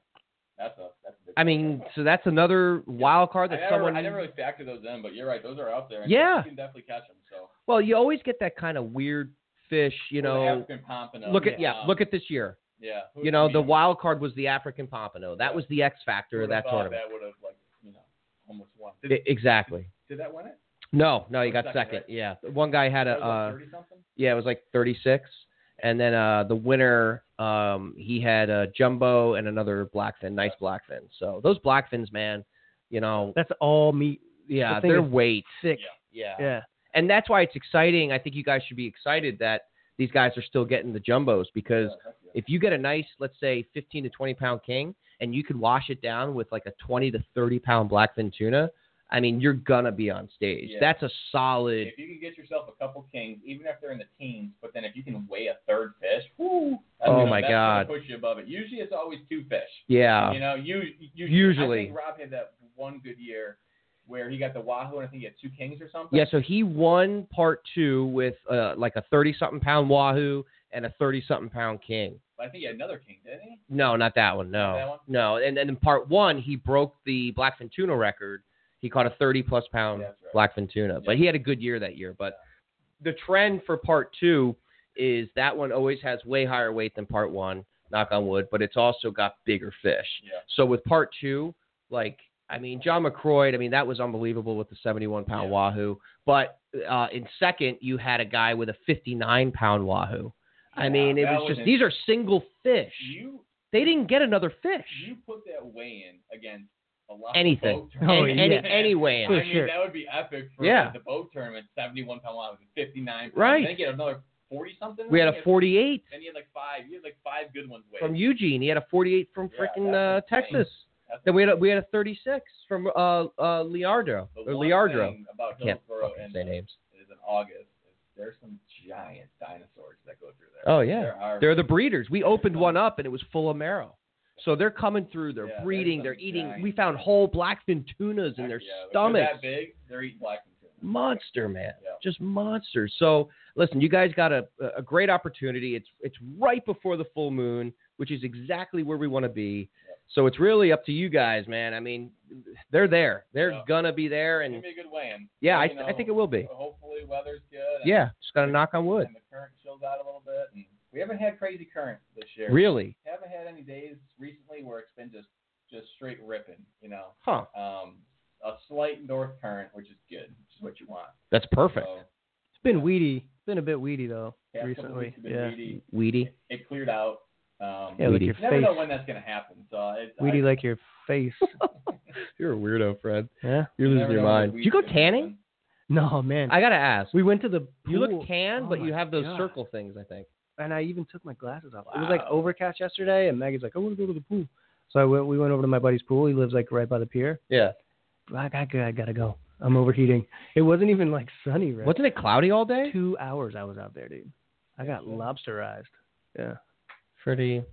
Speaker 4: That's a that's a big.
Speaker 3: I mean, so that's another wild card
Speaker 4: I
Speaker 3: that
Speaker 4: never,
Speaker 3: someone.
Speaker 4: I never really factor those in, but you're right. Those are out there. and
Speaker 3: Yeah.
Speaker 4: You can definitely catch them. So
Speaker 3: Well, you always get that kind of weird fish, you know.
Speaker 4: African pompano.
Speaker 3: Look at yeah,
Speaker 4: um,
Speaker 3: look at this year.
Speaker 4: Yeah.
Speaker 3: You know, the
Speaker 4: wild.
Speaker 3: wild card was the African pompano. That was the X factor of
Speaker 4: Would've
Speaker 3: that
Speaker 4: thought
Speaker 3: tournament.
Speaker 4: That would have like you know almost won. Did,
Speaker 3: I- Exactly.
Speaker 4: did that win it?
Speaker 3: No, no, he got
Speaker 4: Second,
Speaker 3: second.
Speaker 4: right?
Speaker 3: Yeah, one guy had a. Uh,
Speaker 4: thirty something.
Speaker 3: yeah, it was like 36. And then uh, the winner, um, he had a jumbo and another blackfin, nice blackfin. So those blackfins, man, you know,
Speaker 5: That's all meat,
Speaker 3: yeah,
Speaker 5: the thing
Speaker 3: their
Speaker 5: is-
Speaker 3: weight.
Speaker 5: thick.
Speaker 3: Yeah.
Speaker 5: Yeah.
Speaker 3: And that's why it's exciting. I think you guys should be excited that these guys are still getting the jumbos because
Speaker 4: Yeah, that's good.
Speaker 3: if you get a nice, let's say, 15 to 20 pound king and you can wash it down with like a 20 to 30 pound blackfin tuna, I mean, you're going to be on stage.
Speaker 4: Yeah.
Speaker 3: That's a solid.
Speaker 4: If you can get yourself a couple kings, even if they're in the teens, but then if you can weigh a third fish, whoo, that's
Speaker 3: Oh
Speaker 4: gonna-
Speaker 3: my
Speaker 4: that's gonna
Speaker 3: God.
Speaker 4: push you above it. Usually it's always two fish.
Speaker 3: Yeah.
Speaker 4: you know, you, you
Speaker 3: Usually.
Speaker 4: I think Rob had that one good year where he got the wahoo and I think he had two kings or something.
Speaker 3: Yeah, so he won part two with uh, like a 30 something pound Wahoo and a 30 something pound King.
Speaker 4: but I think he had another king, didn't he?
Speaker 3: No, not that one. No.
Speaker 4: Not that one?
Speaker 3: No. And then in part one, he broke the Blackfin tuna record. He caught a 30 plus pound
Speaker 4: That's right.
Speaker 3: Blackfin tuna, but he had a good year that year. But the trend for part two is that one always has way higher weight than part one, knock on wood, but it's also got bigger fish.
Speaker 4: Yeah.
Speaker 3: So with part two, like I mean, John McCroyd, I mean that was unbelievable with the 71 pound
Speaker 4: Yeah.
Speaker 3: wahoo. But uh, in second, you had a guy with a 59 pound wahoo. I
Speaker 4: Yeah,
Speaker 3: mean, it
Speaker 4: that
Speaker 3: was
Speaker 4: was
Speaker 3: just
Speaker 4: ins-
Speaker 3: these are single fish.
Speaker 4: You
Speaker 3: They didn't get another fish.
Speaker 4: you put that weigh in against a lot
Speaker 3: Anything.
Speaker 4: Of boat
Speaker 5: Oh,
Speaker 4: tournaments.
Speaker 5: any-
Speaker 3: anyway.
Speaker 4: I
Speaker 5: For
Speaker 4: mean,
Speaker 5: sure.
Speaker 4: that would be epic for
Speaker 3: Yeah.
Speaker 4: like, the boat tournament. Seventy-one pound line was fifty nine.
Speaker 3: Right.
Speaker 4: Then you get another forty something.
Speaker 3: We had a 48
Speaker 4: And you had like five. You had like five good ones. Wait.
Speaker 3: from Eugene. He had a 48 from
Speaker 4: Yeah,
Speaker 3: frickin' uh,
Speaker 4: that's insane.
Speaker 3: Texas.
Speaker 4: That's
Speaker 3: Then we had a, we had a 36 from uh, uh, Leandro
Speaker 4: the
Speaker 3: or
Speaker 4: one
Speaker 3: Leandro.
Speaker 4: thing about
Speaker 3: I can't
Speaker 4: Hillsborough
Speaker 3: fucking
Speaker 4: and
Speaker 3: say
Speaker 4: uh,
Speaker 3: names.
Speaker 4: is in August. is There's some giant dinosaurs that go through there.
Speaker 3: Oh, yeah.
Speaker 4: There are,
Speaker 3: They're the breeders. We opened
Speaker 4: some-
Speaker 3: one up and it was full of marrow. So they're coming through. They're
Speaker 4: Yeah, there's
Speaker 3: breeding.
Speaker 4: some
Speaker 3: They're eating.
Speaker 4: giant-
Speaker 3: We found whole blackfin tunas in
Speaker 4: yeah,
Speaker 3: their
Speaker 4: if
Speaker 3: stomachs.
Speaker 4: They're that big. They're eating black and tuna.
Speaker 3: monster man
Speaker 4: Yeah.
Speaker 3: just monster so listen you guys got a, a great opportunity it's it's right before the full moon which is exactly where we want to be so it's really up to you guys man i mean they're there they're
Speaker 4: Yeah.
Speaker 3: gonna be there
Speaker 4: It's
Speaker 3: and
Speaker 4: gonna be a good weigh-in.
Speaker 3: yeah
Speaker 4: But,
Speaker 3: I,
Speaker 4: you know,
Speaker 3: I think it will be
Speaker 4: Hopefully weather's good. and-
Speaker 3: yeah just gotta knock on wood
Speaker 4: And the current chills out a little bit. And we haven't had crazy current this year.
Speaker 3: really
Speaker 4: haven't had any days recently where it's been just just straight ripping. You know,
Speaker 3: huh
Speaker 4: um, a slight north current, which is good, which is what you want.
Speaker 3: that's perfect
Speaker 4: So,
Speaker 5: It's been weedy. It's been a bit weedy though
Speaker 4: past couple
Speaker 5: recently.
Speaker 4: weeks have been
Speaker 5: Yeah.
Speaker 4: weedy.
Speaker 3: weedy
Speaker 4: It cleared out. Um,
Speaker 5: Yeah, like
Speaker 3: Weedy.
Speaker 5: your
Speaker 4: never know
Speaker 5: face.
Speaker 4: when that's gonna happen. So it's
Speaker 5: Weedy
Speaker 4: I,
Speaker 5: like your
Speaker 4: [laughs]
Speaker 5: face.
Speaker 3: you're a weirdo fred
Speaker 5: yeah.
Speaker 3: you're losing
Speaker 4: never
Speaker 3: your
Speaker 4: know when
Speaker 3: mind
Speaker 4: the
Speaker 3: do you go
Speaker 4: weed's gonna
Speaker 3: tanning
Speaker 4: happen.
Speaker 5: No man.
Speaker 3: i gotta ask
Speaker 5: we went to the. Pool,
Speaker 3: you look tan
Speaker 5: Oh
Speaker 3: but you
Speaker 5: my
Speaker 3: have those
Speaker 5: God.
Speaker 3: circle things i think
Speaker 5: and I even took my glasses off. It was like
Speaker 4: Wow.
Speaker 5: overcast yesterday, and Maggie's like, "I want to go to the pool." So I went. We went over to my buddy's pool. He lives like right by the pier.
Speaker 3: yeah
Speaker 5: I, I, I gotta go. I'm overheating. It wasn't even like sunny. Right.
Speaker 3: wasn't it cloudy all day
Speaker 5: Two hours I was out there, dude. I got lobsterized. Yeah.
Speaker 3: pretty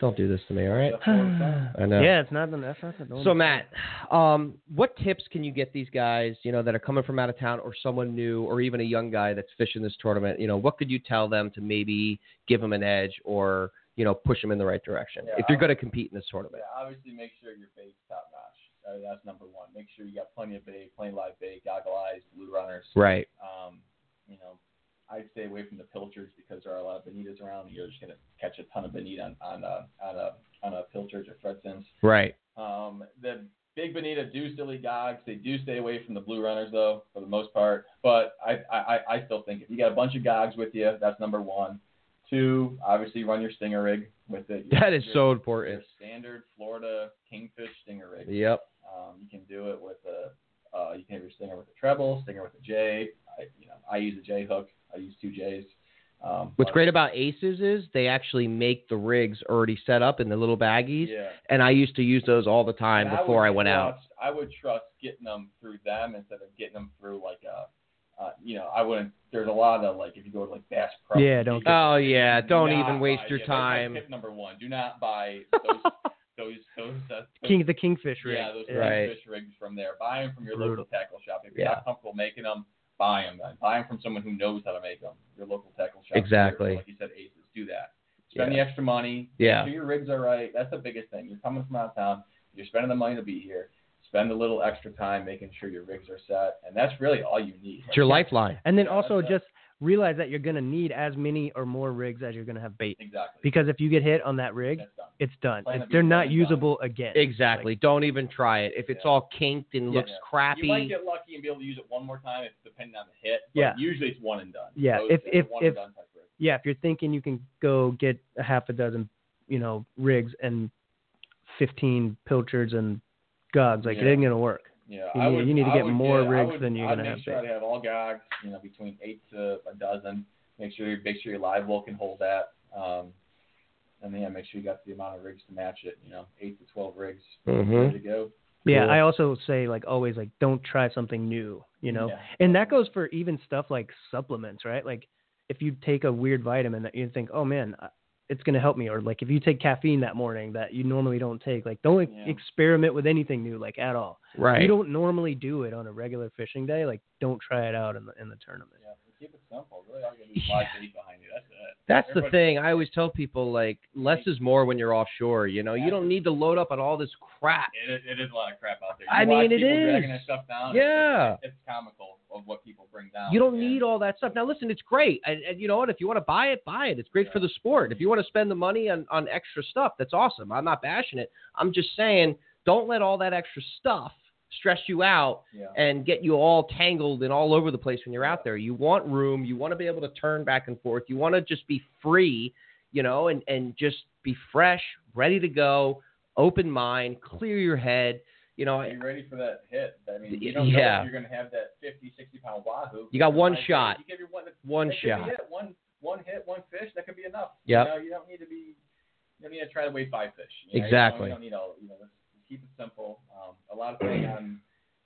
Speaker 3: don't do this to me all right [sighs]
Speaker 4: That's what it's like.
Speaker 3: I know.
Speaker 5: Yeah, it's not. the- That's not the normal.
Speaker 3: So Matt, um, what tips can you get these guys, you know, that are coming from out of town, or someone new, or even a young guy that's fishing this tournament? You know, what could you tell them to maybe give them an edge, or you know, push them in the right direction
Speaker 4: Yeah,
Speaker 3: if you're
Speaker 4: I-
Speaker 3: going to compete in this tournament?
Speaker 4: Yeah, obviously make sure your bait's top notch. Uh, that's number one. Make sure you got plenty of bait, plenty of live bait, goggle eyes, blue runners.
Speaker 3: Right.
Speaker 4: Um, you know, I'd stay away from the pilchards because there are a lot of bonitas around. And you're just gonna catch a ton of bonita on on a on a on a pilchard or thread sims.
Speaker 3: Right.
Speaker 4: Um, the big bonita do still eat gogs. They do stay away from the blue runners though, for the most part. But I I, I- I still think if you got a bunch of gogs with you, that's number one. Two, obviously run your stinger rig with it.
Speaker 3: That is
Speaker 4: Your-
Speaker 3: so
Speaker 4: your
Speaker 3: important.
Speaker 4: standard Florida kingfish stinger rig.
Speaker 3: Yep.
Speaker 4: Um, you can do it with a, uh, you can have your stinger with a treble, stinger with a J. I, you know, I use a J hook. I use two J's. Um,
Speaker 3: What's
Speaker 4: but-
Speaker 3: great about Aces is they actually make the rigs already set up in the little baggies,
Speaker 4: Yeah.
Speaker 3: and I used to use those all the time
Speaker 4: And
Speaker 3: before
Speaker 4: would
Speaker 3: I, went out.
Speaker 4: trust- I would trust getting them through them instead of getting them through like a, uh, you know, I wouldn't. There's a lot of like if you go to like Bass Pro.
Speaker 5: Yeah, don't-
Speaker 4: you
Speaker 3: Oh yeah,
Speaker 4: do
Speaker 3: don't
Speaker 4: not
Speaker 3: even waste
Speaker 4: buy-
Speaker 3: your
Speaker 4: yeah, that's my
Speaker 3: time.
Speaker 4: Tip number one: do not
Speaker 3: [laughs]
Speaker 4: buy those those those. Uh, those
Speaker 5: King the Kingfish rig.
Speaker 4: Yeah, those
Speaker 5: Yeah.
Speaker 3: Right.
Speaker 4: fish rigs from there. Buy them from your
Speaker 5: Brutal.
Speaker 4: local tackle shop. If you're not comfortable making them, buy them. Buy them from someone who knows how to make them. Your local tackle shop.
Speaker 3: Exactly.
Speaker 4: Like you said, aces do that. Spend
Speaker 3: Yeah.
Speaker 4: the extra money.
Speaker 3: Yeah.
Speaker 4: Make sure your rigs are right. That's the biggest thing. You're coming from out of town. You're spending the money to be here. Spend a little extra time making sure your rigs are set, and that's really all you need.
Speaker 3: It's your lifeline.
Speaker 5: And then
Speaker 4: Yeah,
Speaker 5: also
Speaker 4: that's it.
Speaker 5: just realize that you're gonna need as many or more rigs as you're gonna have bait.
Speaker 4: Exactly.
Speaker 5: Because if you get hit on that rig,
Speaker 4: that's done.
Speaker 5: it's done.
Speaker 4: Plan to
Speaker 5: It's-
Speaker 4: be
Speaker 5: they're
Speaker 4: done
Speaker 5: not
Speaker 4: and
Speaker 5: usable again.
Speaker 3: Exactly. Don't even try it. If it's
Speaker 4: Yeah.
Speaker 3: all kinked and
Speaker 5: Yeah.
Speaker 3: looks
Speaker 4: Yeah.
Speaker 3: crappy,
Speaker 4: You might get lucky and be able to use it one more time, if, depending on the hit. But
Speaker 5: Yeah.
Speaker 4: Usually it's one and done.
Speaker 5: Yeah,
Speaker 4: So
Speaker 5: if-
Speaker 4: it's, it's
Speaker 5: if-
Speaker 4: a one and
Speaker 5: if-
Speaker 4: done type rig.
Speaker 5: yeah, if you're thinking you can go get a half a dozen, you know, rigs and 15 pilchards and gogs, like it
Speaker 4: Yeah.
Speaker 5: ain't gonna work.
Speaker 4: Yeah,
Speaker 5: You
Speaker 4: I
Speaker 5: need-
Speaker 4: would,
Speaker 5: you need to
Speaker 4: I
Speaker 5: get
Speaker 4: would
Speaker 5: more
Speaker 4: I
Speaker 5: rigs
Speaker 4: would-
Speaker 5: than you're
Speaker 4: I'd
Speaker 5: gonna
Speaker 4: make
Speaker 5: have
Speaker 4: Sure
Speaker 5: bait.
Speaker 4: I'd have all gogs, you know, between eight to a dozen. Make sure you make sure your live well can hold that. Um, and then yeah, make sure you got the amount of rigs to match it. You know, eight to twelve rigs ready
Speaker 5: Mm-hmm.
Speaker 3: Mhm.
Speaker 4: to go.
Speaker 5: Yeah,
Speaker 3: Cool.
Speaker 5: I also say like always like don't try something new, you know.
Speaker 4: Yeah.
Speaker 5: And that goes for even stuff like supplements, right? Like if you take a weird vitamin that you think, "Oh man, I- it's going to help me," or like if you take caffeine that morning that you normally don't take, like don't
Speaker 4: Yeah.
Speaker 5: experiment with anything new like at all.
Speaker 3: right.
Speaker 5: You don't normally do it on a regular fishing day, like don't try it out in the in the tournament.
Speaker 4: Yeah, keep it simple. Really, all you gotta do is live bait behind you. That's it.
Speaker 3: That's the
Speaker 4: Everybody-
Speaker 3: thing. I always tell people like less is more when you're offshore. You know, you don't need to load up on all this crap.
Speaker 4: It is, it is a lot of crap out there. You
Speaker 3: I
Speaker 4: watch
Speaker 3: mean, it
Speaker 4: people dragging
Speaker 3: is.
Speaker 4: that stuff down.
Speaker 3: Yeah.
Speaker 4: It's, it's comical of what people bring down.
Speaker 3: You don't
Speaker 4: And-
Speaker 3: need all that stuff. Now, listen, it's great, and, and you know what? If you want to buy it, buy it. It's great for
Speaker 4: Yeah.
Speaker 3: the sport. If you want to spend the money on on extra stuff, that's awesome. I'm not bashing it. I'm just saying, don't let all that extra stuff stress you out
Speaker 4: Yeah.
Speaker 3: and get you all tangled and all over the place when you're out
Speaker 4: Yeah.
Speaker 3: there. You want room. You want to be able to turn back and forth. You want to just be free, you know, and, and just be fresh, ready to go, open mind, clear your head, You know,
Speaker 4: Are you ready for that hit? I mean,
Speaker 3: Y-
Speaker 4: you don't know
Speaker 3: yeah.
Speaker 4: if you're going to have that 50, 60 pound wahoo.
Speaker 3: You got one
Speaker 4: Like,
Speaker 3: shot.
Speaker 4: You give your one,
Speaker 3: one
Speaker 4: that could be
Speaker 3: shot.
Speaker 4: it. One, one hit, one fish. That could be enough.
Speaker 3: Yep.
Speaker 4: You, know, you don't need to be. You don't need to try to weigh five fish. You know,
Speaker 3: Exactly.
Speaker 4: You don't, you don't need all. You know, let's keep it simple. Um, a lot of things on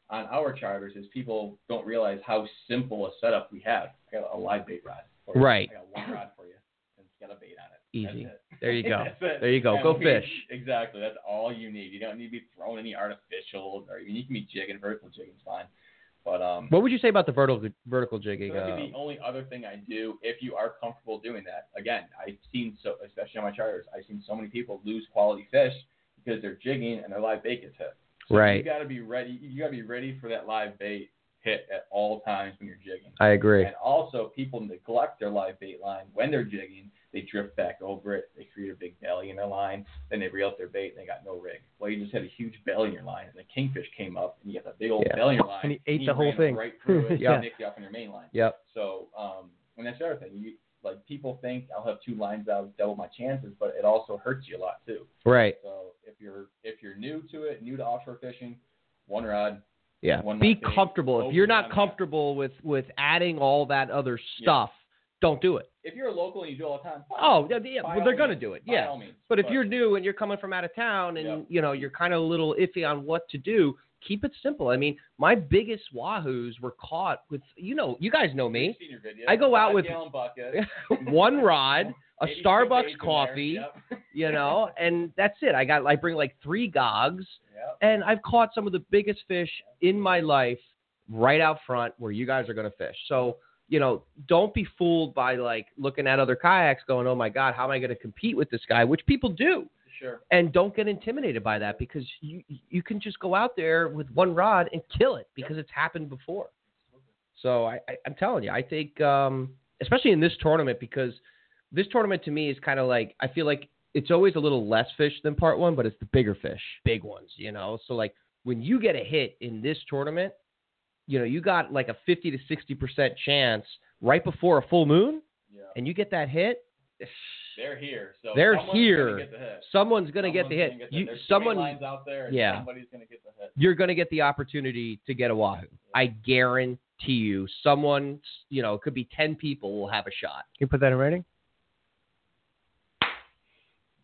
Speaker 4: on our charters is people don't realize how simple a setup we have. I got a live bait rod. for you.
Speaker 3: Right.
Speaker 4: I got one rod for you. and It's got a bait on it.
Speaker 3: Easy.
Speaker 4: That's it.
Speaker 3: There you go.
Speaker 4: [laughs] That's it.
Speaker 3: There you go.
Speaker 4: And
Speaker 3: Go
Speaker 4: we-
Speaker 3: fish.
Speaker 4: Exactly. That's all you need. You don't need to be throwing any artificials, or I mean, you can be jigging. Vertical jigging's fine. But um,
Speaker 3: What would you say about the vertical vertical jigging?
Speaker 4: so that'd be
Speaker 3: uh,
Speaker 4: the only other thing I do if you are comfortable doing that. Again, I've seen so, especially on my charters, I've seen so many people lose quality fish because they're jigging and their live bait gets hit. So You
Speaker 3: Right.
Speaker 4: gotta be ready. You gotta be ready for that live bait hit at all times when you're jigging.
Speaker 3: I agree.
Speaker 4: And also, people neglect their live bait line when they're jigging. They drift back over it. They create a big belly in their line. Then they reel up their bait and they got no rig. Well, you just had a huge belly in your line, and the kingfish came up, and you got that big old
Speaker 3: Yeah.
Speaker 4: belly in your line.
Speaker 5: And he ate
Speaker 4: and
Speaker 5: the whole
Speaker 4: ran
Speaker 5: thing.
Speaker 4: Right through
Speaker 3: [laughs]
Speaker 4: it.
Speaker 3: Yeah.
Speaker 4: and nicked you up in your main line.
Speaker 3: Yep.
Speaker 4: So, um, and that's the other thing. You like people think I'll have two lines out, double my chances, but it also hurts you a lot too.
Speaker 3: Right.
Speaker 4: So if you're if you're new to it, new to offshore fishing, one rod,
Speaker 3: Yeah.
Speaker 4: One
Speaker 3: Be
Speaker 4: last thing.
Speaker 3: comfortable. If
Speaker 4: Focus
Speaker 3: you're
Speaker 4: on
Speaker 3: not
Speaker 4: that.
Speaker 3: comfortable with with adding all that other
Speaker 4: Yeah.
Speaker 3: stuff, don't do it.
Speaker 4: if you're a local and you do it all the time, fine.
Speaker 3: Oh, yeah, yeah.
Speaker 4: By
Speaker 3: Well,
Speaker 4: all
Speaker 3: they're gonna
Speaker 4: means.
Speaker 3: do it.
Speaker 4: By
Speaker 3: Yeah.
Speaker 4: all means.
Speaker 3: But if you're new and you're coming from out of town and
Speaker 4: Yep.
Speaker 3: you know you're kind of a little iffy on what to do, keep it simple. I mean, my biggest wahoos were caught with you know you guys know
Speaker 4: We've [laughs]
Speaker 3: me,
Speaker 4: seen your video.
Speaker 3: I go out with- [laughs]
Speaker 4: Five-gallon bucket,
Speaker 3: one rod, a
Speaker 4: maybe two
Speaker 3: Starbucks
Speaker 4: days in there.
Speaker 3: coffee,
Speaker 4: Yep.
Speaker 3: you know, and that's it. I got I bring like three gogs,
Speaker 4: Yep.
Speaker 3: and I've caught some of the biggest fish in my life right out front where you guys are going to fish. So, you know, don't be fooled by like looking at other kayaks going, oh my God, how am I going to compete with this guy? Which people do.
Speaker 4: Sure.
Speaker 3: And don't get intimidated by that because you, you can just go out there with one rod and kill it because it's happened before. So I, I, I'm telling you, I think, um, especially in this tournament, because this tournament to me is kind of like I feel like it's always a little less fish than part one, but it's the bigger fish, big ones, you know. So like when you get a hit in this tournament, you know you got like a 50 to 60 percent chance right before a full moon,
Speaker 4: Yeah.
Speaker 3: and you get that hit.
Speaker 4: They're here. So
Speaker 3: They're
Speaker 4: someone's
Speaker 3: here.
Speaker 4: Gonna get the hit.
Speaker 3: Someone's gonna get the hit.
Speaker 4: Someone's gonna the
Speaker 3: you,
Speaker 4: hit. There's three
Speaker 3: someone
Speaker 4: lines out there. and
Speaker 3: Yeah.
Speaker 4: Somebody's gonna get the hit.
Speaker 3: you're going to get the opportunity to get a wahoo. I guarantee you, someone, you know, it could be 10 people will have a shot.
Speaker 5: You put that in writing?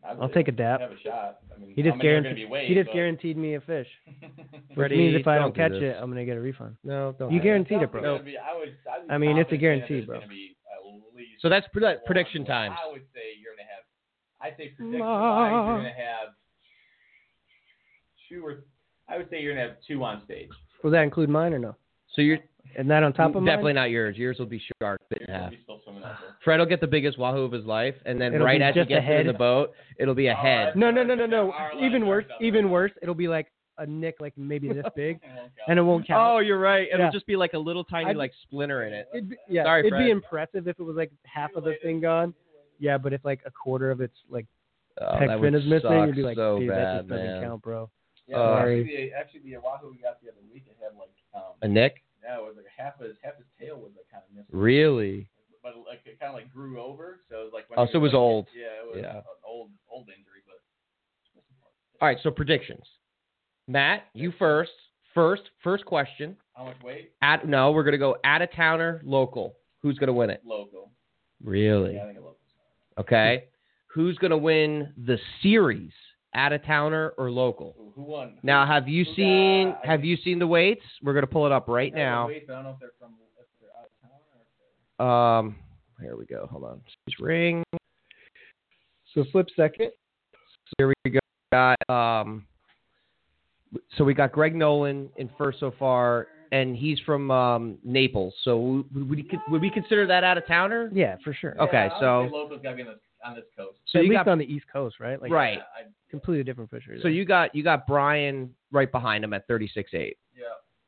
Speaker 4: I would
Speaker 5: I'll
Speaker 4: say
Speaker 5: take a dab.
Speaker 4: Have a shot. I mean,
Speaker 5: He
Speaker 4: how
Speaker 5: just
Speaker 4: many are gonna
Speaker 5: guaranteed.
Speaker 4: be weighed,
Speaker 5: He just
Speaker 4: but-
Speaker 5: guaranteed me a fish. Which
Speaker 4: [laughs]
Speaker 3: Freddie,
Speaker 5: means if I don't,
Speaker 3: don't do
Speaker 5: catch
Speaker 3: this.
Speaker 5: it, I'm gonna get a refund.
Speaker 3: No, don't.
Speaker 5: You guaranteed it,
Speaker 4: It's
Speaker 5: bro.
Speaker 4: gonna be- I would. I, would
Speaker 5: I mean, it's a
Speaker 4: confident that
Speaker 5: guarantee,
Speaker 4: there's
Speaker 5: bro.
Speaker 4: gonna be at least
Speaker 3: So that's pred-
Speaker 4: one-
Speaker 3: prediction time.
Speaker 4: I would say you're gonna have. I say prediction wise, you're gonna have two or. I would say you're gonna have two on stage.
Speaker 5: Will that include mine or no?
Speaker 3: So you're
Speaker 5: And that on top of
Speaker 3: definitely
Speaker 5: mine?
Speaker 3: not yours. Yours will be shark bit
Speaker 4: You're
Speaker 3: in
Speaker 4: gonna
Speaker 3: half.
Speaker 4: be still swimming out there.
Speaker 3: Fred will get the biggest wahoo of his life, and then
Speaker 5: It'll
Speaker 3: right
Speaker 5: be
Speaker 3: as he
Speaker 5: just a
Speaker 3: gets
Speaker 5: head.
Speaker 3: into the boat, it'll be a
Speaker 4: All
Speaker 3: head.
Speaker 4: right.
Speaker 5: No, no, no, no, no.
Speaker 4: Our lives
Speaker 5: Even
Speaker 4: are
Speaker 5: worse.
Speaker 4: separate.
Speaker 5: Even worse. It'll be like a nick, like maybe
Speaker 4: [laughs]
Speaker 5: this big,
Speaker 4: It won't count.
Speaker 5: and it won't count.
Speaker 3: Oh, you're right. It'll
Speaker 5: Yeah.
Speaker 3: just be like a little tiny
Speaker 5: I'd-
Speaker 3: like splinter in it.
Speaker 5: It'd be, yeah,
Speaker 3: Sorry,
Speaker 5: it'd
Speaker 3: Fred.
Speaker 5: be impressive if it was like half of the thing gone. Yeah, but if like a quarter of its like
Speaker 3: Oh,
Speaker 5: pec
Speaker 3: that would
Speaker 5: fin is missing,
Speaker 3: suck
Speaker 5: you'd be like,
Speaker 3: so
Speaker 5: dude, that
Speaker 3: bad,
Speaker 5: just doesn't
Speaker 3: man.
Speaker 5: count, bro.
Speaker 4: Yeah,
Speaker 3: Uh,
Speaker 4: actually, the, actually, the Oahu we got the other week, it had like um,
Speaker 3: A Uh, Nick?
Speaker 4: yeah, it was like half his half his tail was like kind of missing,
Speaker 3: Really?
Speaker 4: but like it kind of like grew over, so it was like when
Speaker 3: Oh,
Speaker 4: he
Speaker 3: so it was
Speaker 4: like-
Speaker 3: old.
Speaker 4: Yeah, it was
Speaker 3: Yeah.
Speaker 4: an old old injury, but
Speaker 3: All right. So predictions. Matt, you first. First, first question.
Speaker 4: how much weight?
Speaker 3: At no, we're gonna go out of towner, local. Who's gonna win it?
Speaker 4: Local.
Speaker 3: Really?
Speaker 4: Yeah, I think a local.
Speaker 3: Okay. Who's gonna win the series? Out of towner or local?
Speaker 4: Ooh, who won?
Speaker 3: Now, have you
Speaker 4: Who
Speaker 3: seen
Speaker 4: got-
Speaker 3: have you seen the weights? We're gonna pull it up right
Speaker 4: I
Speaker 3: now.
Speaker 4: Wait, I don't know if they're from if they're out of town or if they're.
Speaker 3: Um, here we go. Hold on. Series Ring.
Speaker 5: So flip second.
Speaker 3: So here we go. Got um. So we got Greg Nolan in first so far, and he's from um, Naples. So would we, would we consider that out of towner?
Speaker 5: Yeah, for sure.
Speaker 3: Okay,
Speaker 4: Yeah, I
Speaker 3: so-
Speaker 4: would say local's got to be on this, on this coast.
Speaker 3: So
Speaker 5: At
Speaker 3: you
Speaker 5: least
Speaker 3: got
Speaker 5: on the East Coast, right? Like
Speaker 3: right.
Speaker 4: Yeah, I,
Speaker 5: completely different fishery.
Speaker 3: So you got you got Brian right behind him at 36.8.
Speaker 4: yeah,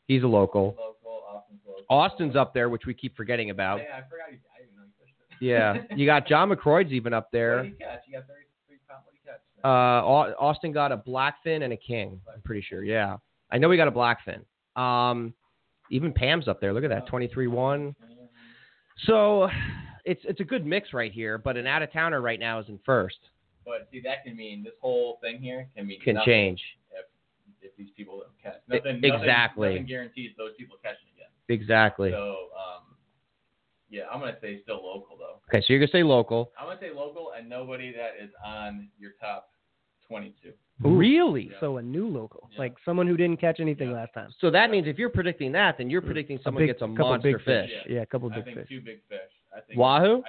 Speaker 3: He's a local.
Speaker 4: local. Austin's local.
Speaker 3: Austin's up there, which we keep forgetting about.
Speaker 4: Yeah, I forgot. He, I didn't know he fished
Speaker 3: Yeah, [laughs]
Speaker 4: it.
Speaker 3: you
Speaker 4: [laughs]
Speaker 3: got John McCroyd's even up
Speaker 4: What
Speaker 3: there.
Speaker 4: did he catch? He got 33 pound. What did he catch?
Speaker 3: Uh, Au- Austin got a blackfin and a king. I'm pretty sure. Yeah, I know we got a blackfin. Um, even Pam's up there. Look at that, 23-1. So it's it's a good mix right here, but an out of towner right now is in first.
Speaker 4: But see, that can mean this whole thing here can mean
Speaker 3: Can
Speaker 4: nothing
Speaker 3: change.
Speaker 4: if, if these people that catch.
Speaker 3: E-
Speaker 4: Nothing, nothing-
Speaker 3: exactly.
Speaker 4: Nothing guarantees those people catching again.
Speaker 3: Exactly.
Speaker 4: So, um, yeah, I'm gonna say still local though.
Speaker 3: Okay, so you're gonna say local.
Speaker 4: I'm gonna say local and nobody that is on your top 22.
Speaker 5: Really?
Speaker 4: Yeah.
Speaker 5: So a new local,
Speaker 4: Yeah.
Speaker 5: like someone who didn't catch anything
Speaker 4: Yeah.
Speaker 5: last time.
Speaker 3: So that means if you're predicting that, then you're predicting someone
Speaker 5: big-
Speaker 3: gets a
Speaker 5: couple
Speaker 3: monster
Speaker 5: big fish.
Speaker 3: fish.
Speaker 4: Yeah.
Speaker 5: Yeah, a couple of
Speaker 4: I
Speaker 5: big
Speaker 4: think
Speaker 5: fish.
Speaker 4: two big fish. I think
Speaker 3: Wahoo,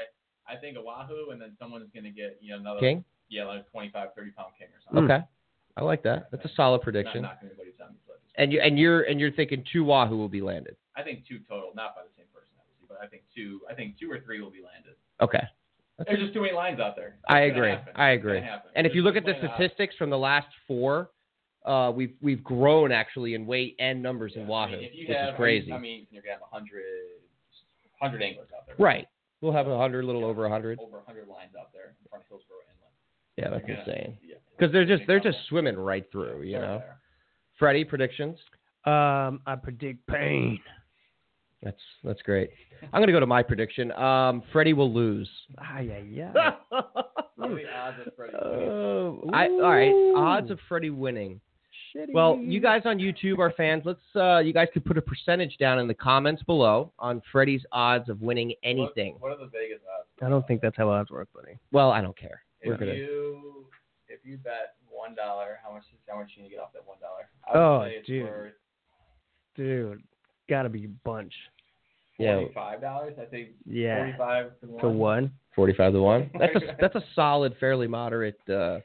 Speaker 4: I think a wahoo and then someone's gonna get you know another
Speaker 3: king.
Speaker 4: yeah like 25, 30 pound king or something.
Speaker 3: Okay, I like that. That's a solid prediction.
Speaker 4: Not knocking anybody's on these list.
Speaker 3: And you and you're and you're thinking two wahoo will be landed.
Speaker 4: I think two total, not by the same person obviously, but I think two. I think two or three will be landed.
Speaker 3: Okay,
Speaker 4: There's just too many lines out there. It's
Speaker 3: I
Speaker 4: gonna
Speaker 3: agree.
Speaker 4: happen.
Speaker 3: I
Speaker 4: It's gonna
Speaker 3: agree.
Speaker 4: happen.
Speaker 3: And if
Speaker 4: Just
Speaker 3: you look at the
Speaker 4: plain obvious.
Speaker 3: statistics from the last four, uh, we've we've grown actually in weight and numbers in
Speaker 4: Yeah,
Speaker 3: wahoo,
Speaker 4: I mean, if you
Speaker 3: which
Speaker 4: have,
Speaker 3: is crazy.
Speaker 4: I mean, you're gonna have 100, 100 anglers out there.
Speaker 3: right. We'll have a hundred, a little over a hundred.
Speaker 4: Over 100 lines out there in front of Hillsborough Inlet.
Speaker 3: Yeah, that's
Speaker 4: You're gonna-
Speaker 3: insane.
Speaker 4: yeah.
Speaker 3: Because they're just
Speaker 4: Big
Speaker 3: they're
Speaker 4: number.
Speaker 3: just swimming right through. You
Speaker 4: They're
Speaker 3: know,
Speaker 4: there.
Speaker 3: Freddie predictions.
Speaker 5: Um, I predict pain.
Speaker 3: That's that's great. I'm gonna go to my prediction. Um, Freddie will lose.
Speaker 4: [laughs]
Speaker 5: Ah, yeah, yeah.
Speaker 4: What are the odds of
Speaker 5: Uh,
Speaker 4: Freddie?
Speaker 3: [laughs] Oh, I, all right. Odds of Freddie winning.
Speaker 5: Shitty.
Speaker 3: Well, you guys on YouTube are fans. Let's uh, you guys could put a percentage down in the comments below on Freddie's odds of winning anything.
Speaker 4: What, what are the Vegas odds?
Speaker 5: I don't think that's how odds work, buddy.
Speaker 3: Well, I don't care. We're
Speaker 4: If
Speaker 3: gonna-
Speaker 4: you if you bet one dollar, how much how much you need to get off that one dollar?
Speaker 5: Oh,
Speaker 4: say it's
Speaker 5: dude.
Speaker 4: Worth
Speaker 5: Dude, gotta be a bunch.
Speaker 3: yeah,
Speaker 4: Forty-five dollars. I think
Speaker 5: Yeah.
Speaker 4: forty-five to one.
Speaker 5: For one.
Speaker 3: forty-five to one. That's a that's a solid, fairly moderate. Uh,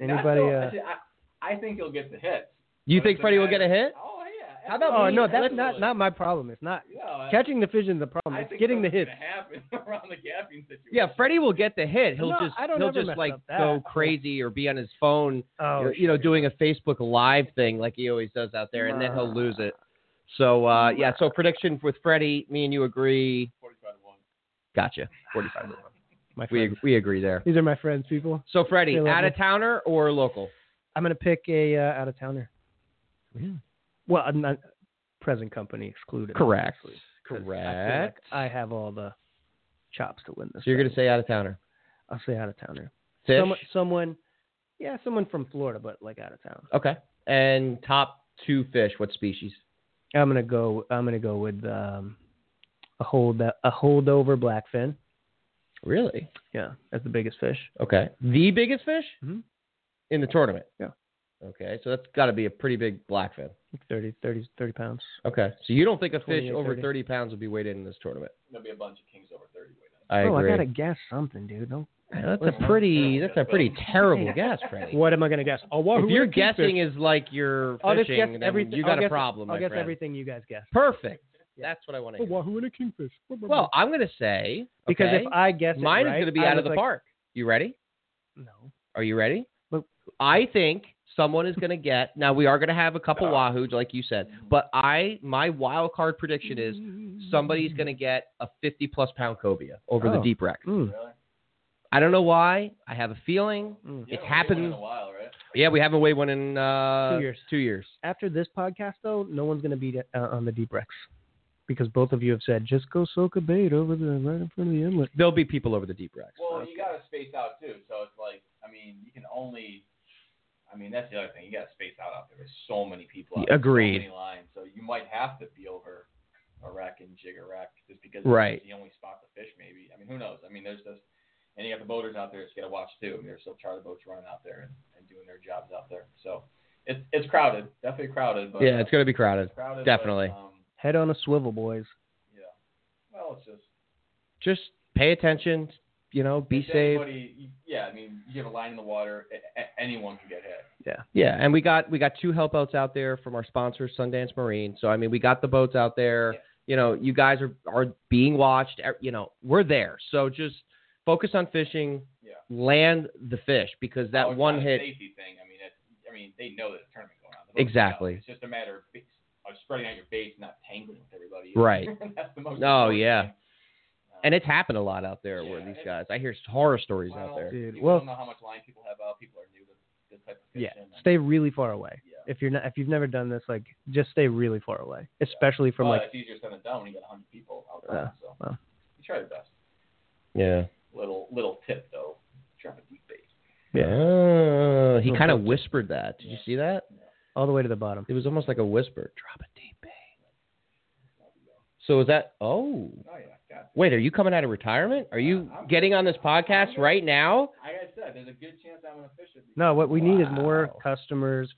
Speaker 4: That's
Speaker 5: Anybody?
Speaker 4: still-
Speaker 5: Uh,
Speaker 4: I, I think he'll get the hits.
Speaker 3: you
Speaker 4: But
Speaker 3: think
Speaker 4: it's a
Speaker 3: Freddie will get a
Speaker 4: matter-
Speaker 3: hit?
Speaker 4: Oh yeah.
Speaker 3: How about
Speaker 5: oh
Speaker 3: me?
Speaker 5: no, that's not
Speaker 4: absolutely.
Speaker 5: not my problem. It's not
Speaker 4: No, I-
Speaker 5: catching the fish is the problem.
Speaker 4: I
Speaker 5: It's
Speaker 4: think
Speaker 5: getting the
Speaker 4: something's
Speaker 5: hits.
Speaker 4: gonna happen [laughs] around the gapping situation.
Speaker 3: Yeah, Freddie will get the hit. He'll
Speaker 5: No,
Speaker 3: just
Speaker 5: I don't
Speaker 3: he'll
Speaker 5: ever
Speaker 3: just
Speaker 5: mess
Speaker 3: like
Speaker 5: up that.
Speaker 3: go crazy or be on his phone
Speaker 5: Oh,
Speaker 3: you you know, doing a Facebook Live thing like he always does out there, and then he'll lose it. So uh, yeah, so prediction with Freddie, me and you agree.
Speaker 4: Forty-five to one.
Speaker 3: Gotcha. Forty-five. to one.
Speaker 5: my
Speaker 3: We
Speaker 5: friends.
Speaker 3: ag- we agree there.
Speaker 5: These are my friends, people.
Speaker 3: So Freddie,
Speaker 5: They love
Speaker 3: out
Speaker 5: me.
Speaker 3: of towner or local?
Speaker 5: I'm gonna pick a uh, out of towner. Well, I'm not present company excluded.
Speaker 3: Correct.
Speaker 5: obviously, 'cause I, feel like
Speaker 3: Correct.
Speaker 5: I have all the chops to win
Speaker 3: So
Speaker 5: this.
Speaker 3: you're gonna
Speaker 5: thing.
Speaker 3: say out of towner.
Speaker 5: I'll say out of towner.
Speaker 3: Fish.
Speaker 5: Someone, someone, yeah, someone from Florida, but like out of town.
Speaker 3: Okay. And top two fish. What species?
Speaker 5: I'm gonna go. I'm gonna go with um, a hold a holdover blackfin.
Speaker 3: Really?
Speaker 5: Yeah, that's the biggest fish.
Speaker 3: Okay. The biggest fish
Speaker 5: Mhm.
Speaker 3: in the tournament.
Speaker 5: Yeah.
Speaker 3: Okay, so that's got to be a pretty big blackfin.
Speaker 5: 30, 30, 30 pounds.
Speaker 3: Okay, so you don't think a fish
Speaker 5: 28,
Speaker 3: over
Speaker 5: 30.
Speaker 3: 30 pounds would be weighted in this tournament?
Speaker 4: There'll be a bunch of kings over thirty. Wait, a minute.
Speaker 3: I
Speaker 5: oh,
Speaker 3: agree.
Speaker 5: I gotta guess something, dude. Don't.
Speaker 3: That's a pretty. That's a pretty terrible guess, Freddie.
Speaker 5: What am I gonna guess? Oh, what?
Speaker 3: If your guessing is like you're
Speaker 5: I'll just guess
Speaker 3: fishing, then
Speaker 5: everything.
Speaker 3: you
Speaker 5: I'll
Speaker 3: got a
Speaker 5: guess-
Speaker 3: problem, my
Speaker 5: I'll guess
Speaker 3: friend.
Speaker 5: everything you guys guess.
Speaker 3: Perfect. That's what I want to hear.
Speaker 5: wahoo and a kingfish.
Speaker 3: Well, I'm gonna say
Speaker 5: because
Speaker 3: okay,
Speaker 5: if I guess it
Speaker 3: mine is
Speaker 5: right,
Speaker 3: gonna be
Speaker 5: I
Speaker 3: out
Speaker 5: was
Speaker 3: of the
Speaker 5: like,
Speaker 3: park. You ready?
Speaker 5: No.
Speaker 3: Are you ready?
Speaker 5: But-
Speaker 3: I think someone is going to get. Now we are going to have a couple wahoos, like you said. But I, my wild card prediction is somebody's going to get a 50 plus pound cobia over the
Speaker 5: Oh.
Speaker 3: deep wreck.
Speaker 5: Mm.
Speaker 4: Really?
Speaker 3: I don't know why. I have a feeling.
Speaker 5: Mm.
Speaker 4: Yeah, we haven't
Speaker 3: happened-
Speaker 4: won in a while, right?
Speaker 3: Yeah, we haven't weighed one in uh,
Speaker 5: Two years.
Speaker 3: Two years.
Speaker 5: After this podcast, though, no one's gonna be uh, on the deep wrecks because both of you have said just go soak a bait over the right in front of the inlet.
Speaker 3: There'll be people over the deep wrecks.
Speaker 4: Well, you got to space out too. So it's like, I mean, you can only. I mean, that's the other thing. You got to space out out there. There's so many people. Out there,
Speaker 3: Agreed.
Speaker 4: So many lines. So you might have to be over a wreck and jig a wreck just because
Speaker 3: Right.
Speaker 4: it's the only spot to fish. Maybe. I mean, who knows? I mean, there's this, and you got the boaters out there. that You got to watch too. I mean, there's still charter boats running out there and, and doing their jobs out there. So it's it's crowded. Definitely crowded. But
Speaker 3: yeah,
Speaker 4: uh,
Speaker 3: it's going to be crowded.
Speaker 4: crowded.
Speaker 3: definitely.
Speaker 4: But, um,
Speaker 5: Head on a swivel, boys.
Speaker 4: yeah. Well, it's just.
Speaker 3: Just pay attention. You know, be
Speaker 4: if
Speaker 3: safe.
Speaker 4: anybody- Yeah, I mean, you have a line in the water. a- a- Anyone can get hit.
Speaker 3: Yeah, and we got we got two help outs out there from our sponsor Sundance Marine. So I mean, we got the boats out there.
Speaker 4: Yeah.
Speaker 3: You know, you guys are are being watched. Er, You know, we're there. So just focus on fishing.
Speaker 4: Yeah.
Speaker 3: Land the fish because that
Speaker 4: Oh,
Speaker 3: one
Speaker 4: it's not a
Speaker 3: hit.
Speaker 4: safety thing. I mean, it's, I mean, they know there's a tournament going on. They both
Speaker 3: Exactly.
Speaker 4: know. It's just a matter of, base, of spreading out your base, not tangling with everybody. [laughs]
Speaker 3: Right.
Speaker 4: That's the most.
Speaker 3: No,
Speaker 4: important
Speaker 3: yeah.
Speaker 4: thing. Um,
Speaker 3: And it's happened a lot out there where
Speaker 4: Yeah,
Speaker 3: these
Speaker 4: it-
Speaker 3: guys. I hear horror stories
Speaker 4: well,
Speaker 3: out there.
Speaker 5: Dude,
Speaker 4: people
Speaker 5: well-
Speaker 4: don't know how much line people have out. People are new to this type of
Speaker 5: Yeah,
Speaker 4: fishing. and-
Speaker 5: stay really far away.
Speaker 4: yeah.
Speaker 5: If you're not, if you've never done this, like just stay really far away, especially from
Speaker 4: But
Speaker 5: like
Speaker 4: it's easier said than done when you got 100 people out there.
Speaker 3: Uh,
Speaker 5: Yeah,
Speaker 4: so
Speaker 5: well.
Speaker 4: you try your best.
Speaker 3: Yeah.
Speaker 4: Little little tip though, drop a deep base.
Speaker 5: Yeah.
Speaker 3: Oh, he
Speaker 5: Oh,
Speaker 3: kind of
Speaker 5: okay.
Speaker 3: whispered that. Did you
Speaker 4: Yeah.
Speaker 3: see that?
Speaker 5: all the way to the bottom.
Speaker 3: It was almost like a whisper. Drop a deep bay. So is that? Oh,
Speaker 4: Oh yeah, got
Speaker 3: wait. Are you coming out of retirement? Are you getting on this podcast right now?
Speaker 4: Like I said, there's a good chance I'm gonna fish it.
Speaker 5: No, what we need is more
Speaker 3: Wow.
Speaker 5: customers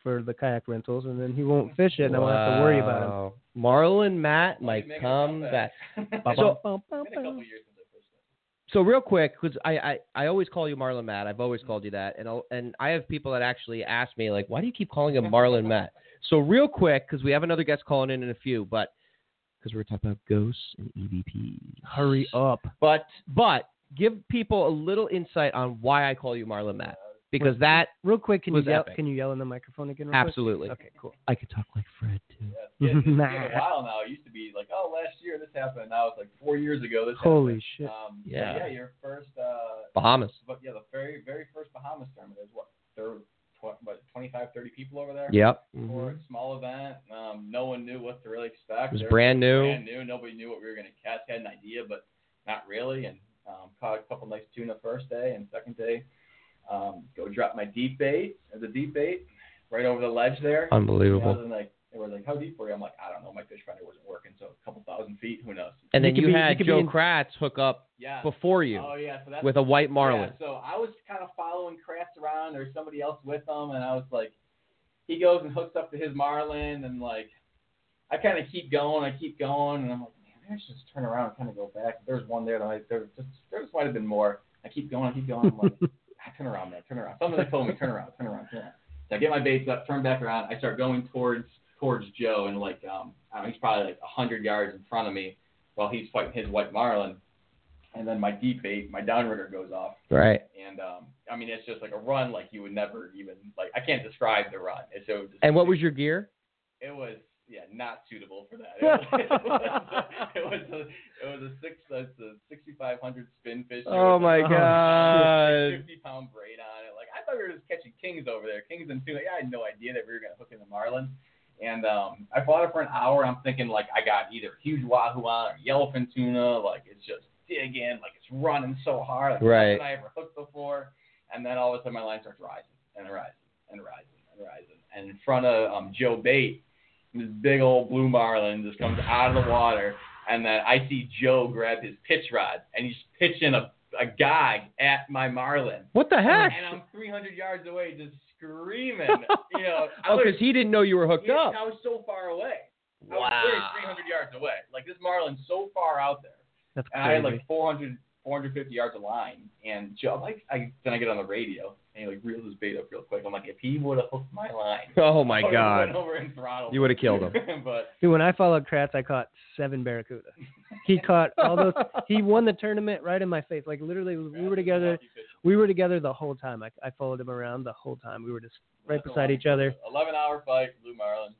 Speaker 5: for the kayak rentals, and then he won't fish it, and I won't have to worry about him.
Speaker 3: Wow. Marlon Matt might
Speaker 4: Make a
Speaker 3: come back.
Speaker 4: comeback. [laughs]
Speaker 3: So-
Speaker 4: It's been a couple years since I fished it.
Speaker 3: So real quick, because I, I I always call you Marlon Matt. I've always called you that, and I'll, and I have people that actually ask me like, why do you keep calling him
Speaker 4: [laughs]
Speaker 3: Marlon Matt? So real quick, because we have another guest calling in in a few, but because we're talking about ghosts and E EVP.
Speaker 5: Hurry up.
Speaker 3: But but give people a little insight on why I call you Marlon Matt, because that
Speaker 5: Real quick, can you
Speaker 3: Was
Speaker 5: yell?
Speaker 3: epic.
Speaker 5: Can you yell in the microphone again? Real
Speaker 3: absolutely.
Speaker 5: Quick? Okay, cool.
Speaker 3: I could talk like Fred too.
Speaker 4: Yeah, it's been a
Speaker 3: [laughs]
Speaker 5: Nah.
Speaker 4: while now. It used to be like, oh, last year this happened. Now it's like four years ago this
Speaker 5: Holy
Speaker 4: happened.
Speaker 5: shit.
Speaker 4: Um, but
Speaker 3: Yeah.
Speaker 4: Yeah, your first, uh,
Speaker 3: Bahamas.
Speaker 4: but yeah, the very, very first Bahamas tournament. There's what, there were tw- what, 25, 30 people over there?
Speaker 3: Yep.
Speaker 5: [laughs]
Speaker 4: For
Speaker 3: Mhm.
Speaker 4: a small event. Um, no one knew what to really
Speaker 3: It
Speaker 4: expect.
Speaker 3: was
Speaker 4: There-
Speaker 3: brand new.
Speaker 4: brand new. Nobody knew what we were going to catch. Had an idea, but not really. And um, caught a couple nice tuna first day and second day. Um, go drop my deep bait as a deep bait right over the ledge there. And I
Speaker 3: Unbelievable.
Speaker 4: was in, like, they were like, how deep were you? I'm like, I don't know. My fish finder wasn't working, so a couple thousand feet. Who knows?
Speaker 3: And
Speaker 5: You
Speaker 3: then
Speaker 5: could
Speaker 3: you
Speaker 5: be- you
Speaker 3: had
Speaker 5: could be
Speaker 3: Joe
Speaker 5: in-
Speaker 3: Kratz hook up
Speaker 4: Yeah.
Speaker 3: before you
Speaker 4: Oh yeah. So that's
Speaker 3: with a white
Speaker 4: Yeah,
Speaker 3: Marlin.
Speaker 4: so I was kind of following Kratz around or somebody else with him, and I was like, he goes and hooks up to his Marlin, and like, I kind of keep going, I keep going, and I'm like, man, maybe I should just turn around and kind of go back. There's one there that I, there just, there just might have been more. I keep going, I keep going, I'm like, ah, turn around, man, turn around. Something told me, turn around, turn around, turn around. So I get my baits up, turn back around, I start going towards towards Joe, and like, um, I don't know, he's probably like 100 yards in front of me while he's fighting his white Marlin. And then my deep bait, my downrigger goes off,
Speaker 3: Right.
Speaker 4: and um, I mean, it's just like a run like you would never even like. I can't describe the run. It's so.
Speaker 3: And what was your gear?
Speaker 4: It was yeah, not suitable
Speaker 3: [laughs]
Speaker 4: for that. It was, [laughs] it was, it was a it was a six that's a sixty five hundred spin fish. There was a-
Speaker 5: Oh,
Speaker 3: God.
Speaker 4: [laughs] Fifty pound braid on it. Like I thought we were just catching kings over there, kings and tuna. I had no idea that we were gonna hook in the marlin. And um, I fought it for an hour. I'm thinking like I got either huge wahoo on or yellowfin tuna. Like it's just digging, like it's running so hard, like
Speaker 3: Right.
Speaker 4: nothing I ever hooked before. And then all of a sudden my line starts rising and rising and rising and rising. And in front of um, Joe Bate, this big old blue marlin just comes out of the water. And then I see Joe grab his pitch rod and he's pitching a, a gag at my marlin.
Speaker 3: What the heck?
Speaker 4: And I'm 300 yards away just screaming.
Speaker 3: [laughs]
Speaker 4: you know, uh, I
Speaker 3: Oh,
Speaker 4: was,
Speaker 3: because he didn't know you were hooked
Speaker 4: yeah,
Speaker 3: up.
Speaker 4: I was so far away. I was
Speaker 3: Wow.
Speaker 4: literally 300 yards away. Like this marlin's so far out there.
Speaker 5: That's
Speaker 4: And I had
Speaker 5: crazy.
Speaker 4: like 400, 450 yards of line. And Joe, I'm like, I, then I get on the radio and he like reels his bait up real quick. I'm like, if he would have hooked my line,
Speaker 3: Oh my
Speaker 4: I would've
Speaker 3: God. [laughs]
Speaker 4: went over and throttled
Speaker 3: You would've killed
Speaker 4: him. [laughs] but
Speaker 5: Dude, when I followed Kratz, I caught seven barracuda. He caught all those. He won the tournament right in my face. Like literally, we were together. We were together the whole time. I, I followed him around the whole time. We were just right beside each other.
Speaker 4: 11 hour fight, Blue Marlin.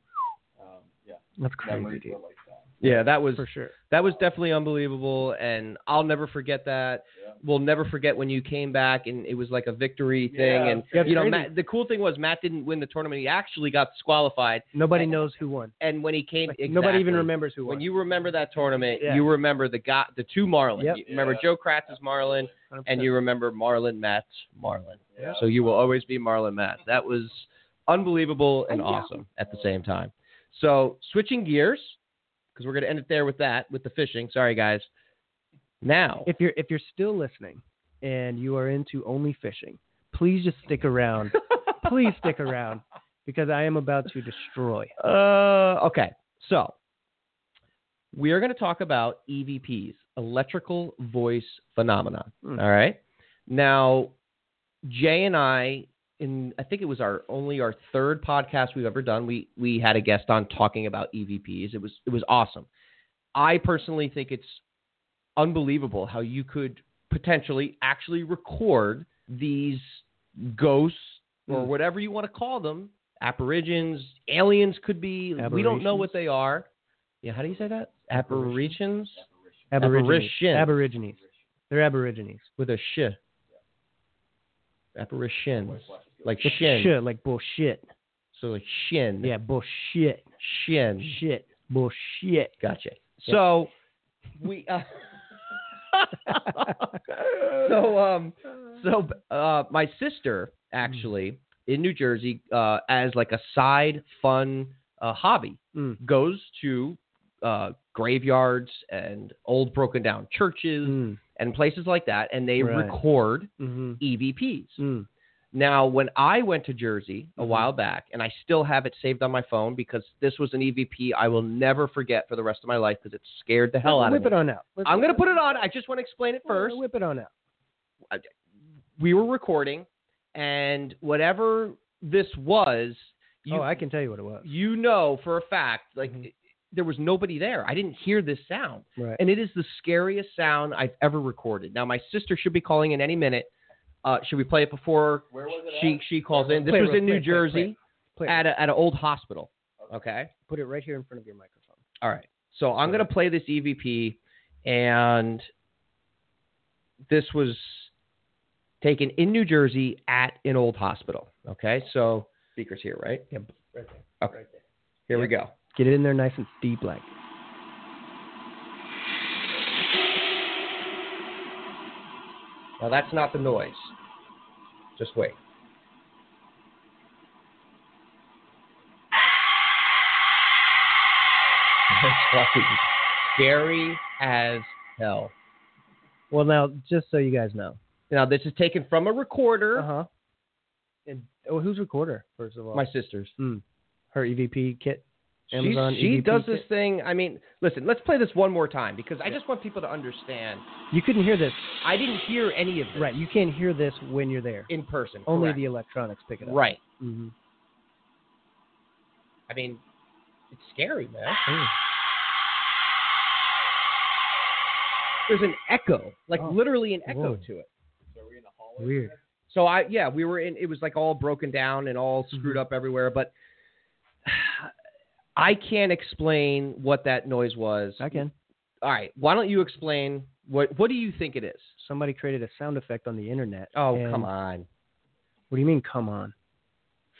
Speaker 4: Um, yeah,
Speaker 5: That's crazy,
Speaker 4: memories
Speaker 5: dude.
Speaker 4: were like that.
Speaker 3: Yeah, that was
Speaker 5: For sure.
Speaker 3: that was definitely unbelievable, and I'll never forget that.
Speaker 4: Yeah.
Speaker 3: We'll never forget when you came back, and it was like a victory thing.
Speaker 4: Yeah,
Speaker 3: and
Speaker 5: that's
Speaker 3: you know,
Speaker 5: crazy.
Speaker 3: Matt, the cool thing was Matt didn't win the tournament; he actually got disqualified.
Speaker 5: Nobody knows who won.
Speaker 3: And when he came,
Speaker 5: Like, Nobody even
Speaker 3: exactly.
Speaker 5: remembers who won.
Speaker 3: When you remember that tournament,
Speaker 5: Yeah.
Speaker 3: you remember the guy, the two Marlin.
Speaker 5: Yep.
Speaker 3: You remember
Speaker 4: Yeah.
Speaker 3: Joe Kratz's Marlin,
Speaker 5: 100%.
Speaker 3: and you remember Marlin Matt's Marlin.
Speaker 4: Yeah.
Speaker 3: So you will always be Marlon Matt. That was unbelievable and awesome at the same time. So switching gears, because we're going to end it there with that, with the fishing. Sorry, guys. Now,
Speaker 5: if you're if you're still listening and you are into only fishing, please just stick around. please stick
Speaker 3: [laughs]
Speaker 5: around because I am about to destroy.
Speaker 3: uh, okay. So we are going to talk about EVPs, electrical voice phenomenon.
Speaker 5: Hmm.
Speaker 3: All right. Now, Jay and I, in I think it was our only our third podcast we've ever done. We we had a guest on talking about EVPs. It was it was awesome. I personally think it's unbelievable how you could potentially actually record these ghosts or
Speaker 5: Mm.
Speaker 3: whatever you want to call them, apparitions, aliens could be. We don't know what
Speaker 5: Aberrations?
Speaker 3: they are. Yeah, how do you say that? Apparitions
Speaker 5: Aborigines.
Speaker 3: Apparition.
Speaker 5: Aborigines. They're aborigines.
Speaker 3: with a sh. Apparitions. Like
Speaker 5: With
Speaker 3: shin.
Speaker 5: shit, like bullshit.
Speaker 3: So like shin.
Speaker 5: Yeah, bullshit.
Speaker 3: Shin.
Speaker 5: Shit. Bullshit.
Speaker 3: Mm. Gotcha. So [laughs] we uh, so um so uh my sister actually in New Jersey uh, as like a side fun uh, hobby
Speaker 5: Mm.
Speaker 3: goes to uh, graveyards and old broken down churches
Speaker 5: Mm.
Speaker 3: and places like that, and they
Speaker 5: Right.
Speaker 3: record E
Speaker 5: Mm-hmm.
Speaker 3: EVPs.
Speaker 5: Mm.
Speaker 3: Now, when I went to Jersey a
Speaker 5: Mhm.
Speaker 3: while back, and I still have it saved on my phone because this was an EVP I will never forget for the rest of my life because it scared the hell out
Speaker 5: Whip
Speaker 3: of
Speaker 5: it
Speaker 3: me.
Speaker 5: on out. Let's-
Speaker 3: I'm going to put it on. I just want to explain it first.
Speaker 5: Whip it on out.
Speaker 3: We were recording, and whatever this was, you
Speaker 5: oh, I can tell you what it was.
Speaker 3: you know for a fact, like
Speaker 5: Mhm.
Speaker 3: there was nobody there. I didn't hear this sound.
Speaker 5: Right.
Speaker 3: and it is the scariest sound I've ever recorded. Now my sister should be calling in any minute. Uh, should we play it before
Speaker 4: Where was it
Speaker 3: she
Speaker 4: at?
Speaker 3: she calls in? This
Speaker 5: Play it
Speaker 3: was
Speaker 5: real
Speaker 3: in New
Speaker 5: quick, play it, play it,
Speaker 3: Jersey
Speaker 5: Play it.
Speaker 3: at a, at an old hospital. Okay.
Speaker 5: put it right here in front of your microphone.
Speaker 3: All right. So I'm gonna play this EVP, and this was taken in New Jersey at an old hospital. Okay. So speakers here, right? Yep.
Speaker 5: Right
Speaker 3: Okay. Here we go.
Speaker 5: Get it in there nice and deep, like.
Speaker 3: Now that's not the noise. Just wait. [laughs] That's fucking scary as hell.
Speaker 5: Well, now just so you guys know.
Speaker 3: Now this is taken from a recorder.
Speaker 5: Uh huh. And oh, who's recorder? First of all,
Speaker 3: Uh-huh.
Speaker 5: Hmm.
Speaker 3: My sister's.
Speaker 5: her EVP kit.
Speaker 3: She-
Speaker 5: Amazon E
Speaker 3: she
Speaker 5: EVP
Speaker 3: does this
Speaker 5: kit.
Speaker 3: thing. I mean, listen, let's play this one more time because I just want people to understand.
Speaker 5: You couldn't hear this,
Speaker 3: I didn't hear any of this
Speaker 5: right? You can't hear this when you're there.
Speaker 3: in person.
Speaker 5: Only
Speaker 3: correct.
Speaker 5: the electronics pick it up.
Speaker 3: right.
Speaker 5: hmm
Speaker 3: I mean, it's scary, man.
Speaker 5: Oh,
Speaker 3: There's an echo, like
Speaker 5: Oh.
Speaker 3: literally an echo
Speaker 5: Whoa.
Speaker 3: to it.
Speaker 4: So are we in the hallway?
Speaker 5: Weird.
Speaker 3: So I, yeah, we were in. It was like all broken down and all screwed up everywhere. But [sighs] I can't explain what that noise was.
Speaker 5: I can.
Speaker 3: All right, why don't you explain what? What do you think it is?
Speaker 5: Somebody created a sound effect on the internet.
Speaker 3: Oh,
Speaker 5: and-
Speaker 3: come on,
Speaker 5: What do you mean, come on?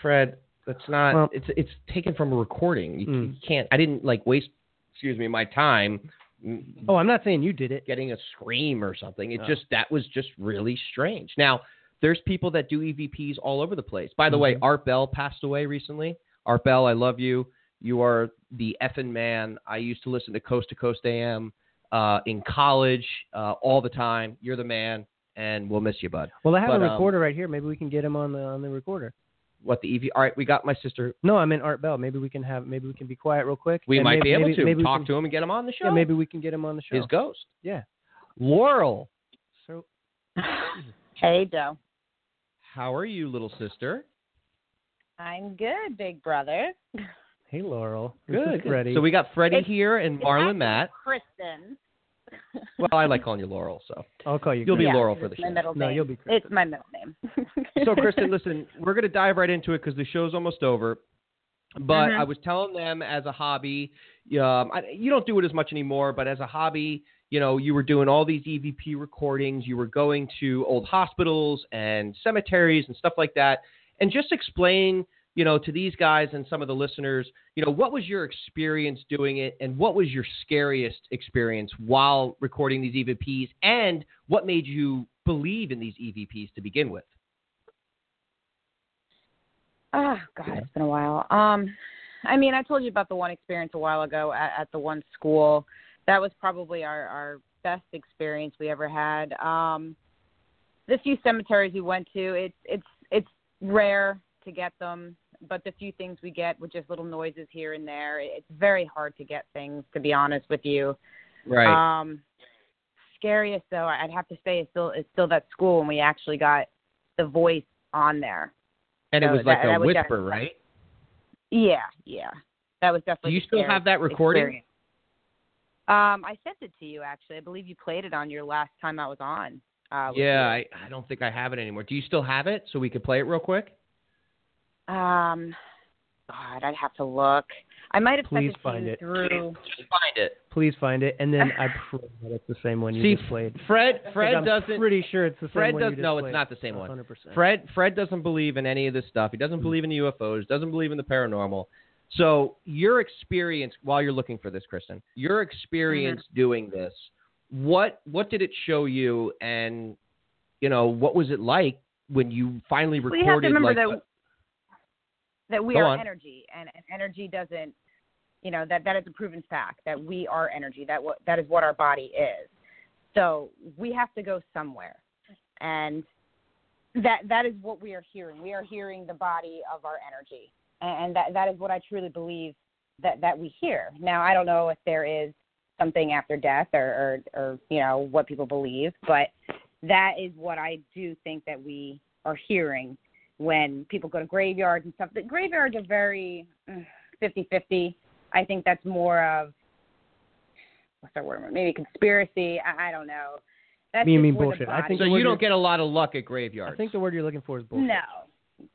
Speaker 3: Fred. That's not.
Speaker 5: Well-
Speaker 3: it's it's taken from a recording. You, c-
Speaker 5: Mm.
Speaker 3: you can't. I didn't like waste. Excuse me, my time. m-
Speaker 5: Oh, I'm not saying you did it.
Speaker 3: getting a scream or something. It
Speaker 5: Oh.
Speaker 3: just that was just really strange. Now there's people that do EVPs all over the place. By the way,
Speaker 5: Mhm.
Speaker 3: Art Bell passed away recently. Art Bell, I love you. You are the effing man. I used to listen to Coast to Coast AM uh, in college uh, all the time. You're the man, and we'll miss you, bud.
Speaker 5: Well, I have
Speaker 3: But,
Speaker 5: a
Speaker 3: um,
Speaker 5: recorder right here. Maybe we can get him on the on the recorder.
Speaker 3: What the EV? All right, we got my sister.
Speaker 5: No, I'm in Art Bell. Maybe we can have. Maybe we can be quiet real quick.
Speaker 3: We
Speaker 5: and
Speaker 3: might
Speaker 5: maybe-
Speaker 3: be able
Speaker 5: maybe-
Speaker 3: to
Speaker 5: maybe we
Speaker 3: talk
Speaker 5: can-
Speaker 3: to him and get him on the show.
Speaker 5: Yeah, maybe we can get him on the show.
Speaker 3: his ghost.
Speaker 5: Yeah.
Speaker 3: Laurel,
Speaker 5: So
Speaker 3: [laughs]
Speaker 6: Hey, Joe.
Speaker 3: how are you, little sister?
Speaker 6: I'm good, big brother.
Speaker 5: hey, Laurel. This is
Speaker 3: Good.
Speaker 5: Freddie.
Speaker 3: So we got Freddie
Speaker 6: It's-
Speaker 3: here and
Speaker 6: It's
Speaker 3: Marlon
Speaker 6: actually
Speaker 3: Matt.
Speaker 6: Kristen.
Speaker 3: Well, I like calling you Laurel, so.
Speaker 5: I'll call you.
Speaker 3: You'll be
Speaker 5: Chris.
Speaker 6: Yeah,
Speaker 3: Laurel
Speaker 6: it's
Speaker 3: for the
Speaker 6: my
Speaker 3: show.
Speaker 6: middle
Speaker 5: No,
Speaker 6: name.
Speaker 5: you'll be Kristen.
Speaker 6: It's my middle name.
Speaker 3: So,
Speaker 6: [laughs]
Speaker 3: Kristen, listen, we're going to dive right into it because the show's almost over. But
Speaker 6: Mhm.
Speaker 3: I was telling them as a hobby, um, I, you don't do it as much anymore, but as a hobby, you know, you were doing all these EVP recordings, you were going to old hospitals and cemeteries and stuff like that. And just explain, you know, to these guys and some of the listeners, you know, what was your experience doing it and what was your scariest experience while recording these EVPs and what made you believe in these EVPs to begin with?
Speaker 6: Oh God, it's been a while. Um, I mean, I told you about the one experience a while ago at, at the one school. That was probably our our best experience we ever had. Um, the few cemeteries we went to, it's it's it's rare to get them, but the few things we get with just little noises here and there, it's very hard to get things. To be honest with you,
Speaker 3: Right.
Speaker 6: Um, scariest though, I'd have to say, is still is still that school when we actually got the voice on there.
Speaker 3: And it
Speaker 6: So
Speaker 3: was like a
Speaker 6: that- that was
Speaker 3: whisper,
Speaker 6: definitely-
Speaker 3: right?
Speaker 6: Yeah, yeah, that was
Speaker 3: Do
Speaker 6: definitely.
Speaker 3: you
Speaker 6: the
Speaker 3: still
Speaker 6: scariest
Speaker 3: have that recording?
Speaker 6: experience. Um, I sent it to you actually. I believe you played it on your last time I was on. Uh, with
Speaker 3: Yeah,
Speaker 6: you.
Speaker 3: I, I don't think I have it anymore. Do you still have it so we could play it real quick?
Speaker 6: Um, God, I'd have to look. I might have
Speaker 5: Please
Speaker 6: sent it
Speaker 5: find
Speaker 6: to you
Speaker 5: it.
Speaker 6: through.
Speaker 3: Just find it.
Speaker 5: Please find it, and then
Speaker 6: [laughs]
Speaker 5: I pray that it's the same one you
Speaker 3: See,
Speaker 5: just played.
Speaker 3: Fred
Speaker 5: 'Cause
Speaker 3: Fred
Speaker 5: I'm
Speaker 3: doesn't
Speaker 5: Pretty sure it's the same
Speaker 3: Fred
Speaker 5: one.
Speaker 3: does
Speaker 5: you just
Speaker 3: no, it's
Speaker 5: played.
Speaker 3: not the same one.
Speaker 5: 100%.
Speaker 3: Fred Fred doesn't believe in any of this stuff. He doesn't believe in the UFOs, doesn't believe in the paranormal. So, your experience while you're looking for this, Kristen, your experience
Speaker 6: Mm-hmm.
Speaker 3: doing this, what what did it show you and you know, what was it like when you finally
Speaker 6: Well, you have
Speaker 3: recorded
Speaker 6: to remember
Speaker 3: like
Speaker 6: that
Speaker 3: a-
Speaker 6: that we
Speaker 3: Go
Speaker 6: are
Speaker 3: on.
Speaker 6: energy, and, and energy doesn't, you know, that that is a proven fact that we are energy. That what that is what our body is. So we have to go somewhere, and that that is what we are hearing. We are hearing the body of our energy, and, and that that is what I truly believe that that we hear. Now I don't know if there is something after death or or, or you know what people believe, but that is what I do think that we are hearing when people go to graveyards and stuff. The graveyards are very fifty fifty. I think that's more of what's that word? Maybe conspiracy. I, I don't know. That's
Speaker 5: Me and
Speaker 6: just
Speaker 5: me
Speaker 6: where the
Speaker 5: bullshit. I
Speaker 6: body-
Speaker 5: think
Speaker 3: So
Speaker 5: the word
Speaker 3: you don't
Speaker 5: is-
Speaker 3: get a lot of luck at
Speaker 5: I
Speaker 3: graveyards.
Speaker 5: think the word you're looking for is bullshit.
Speaker 6: no.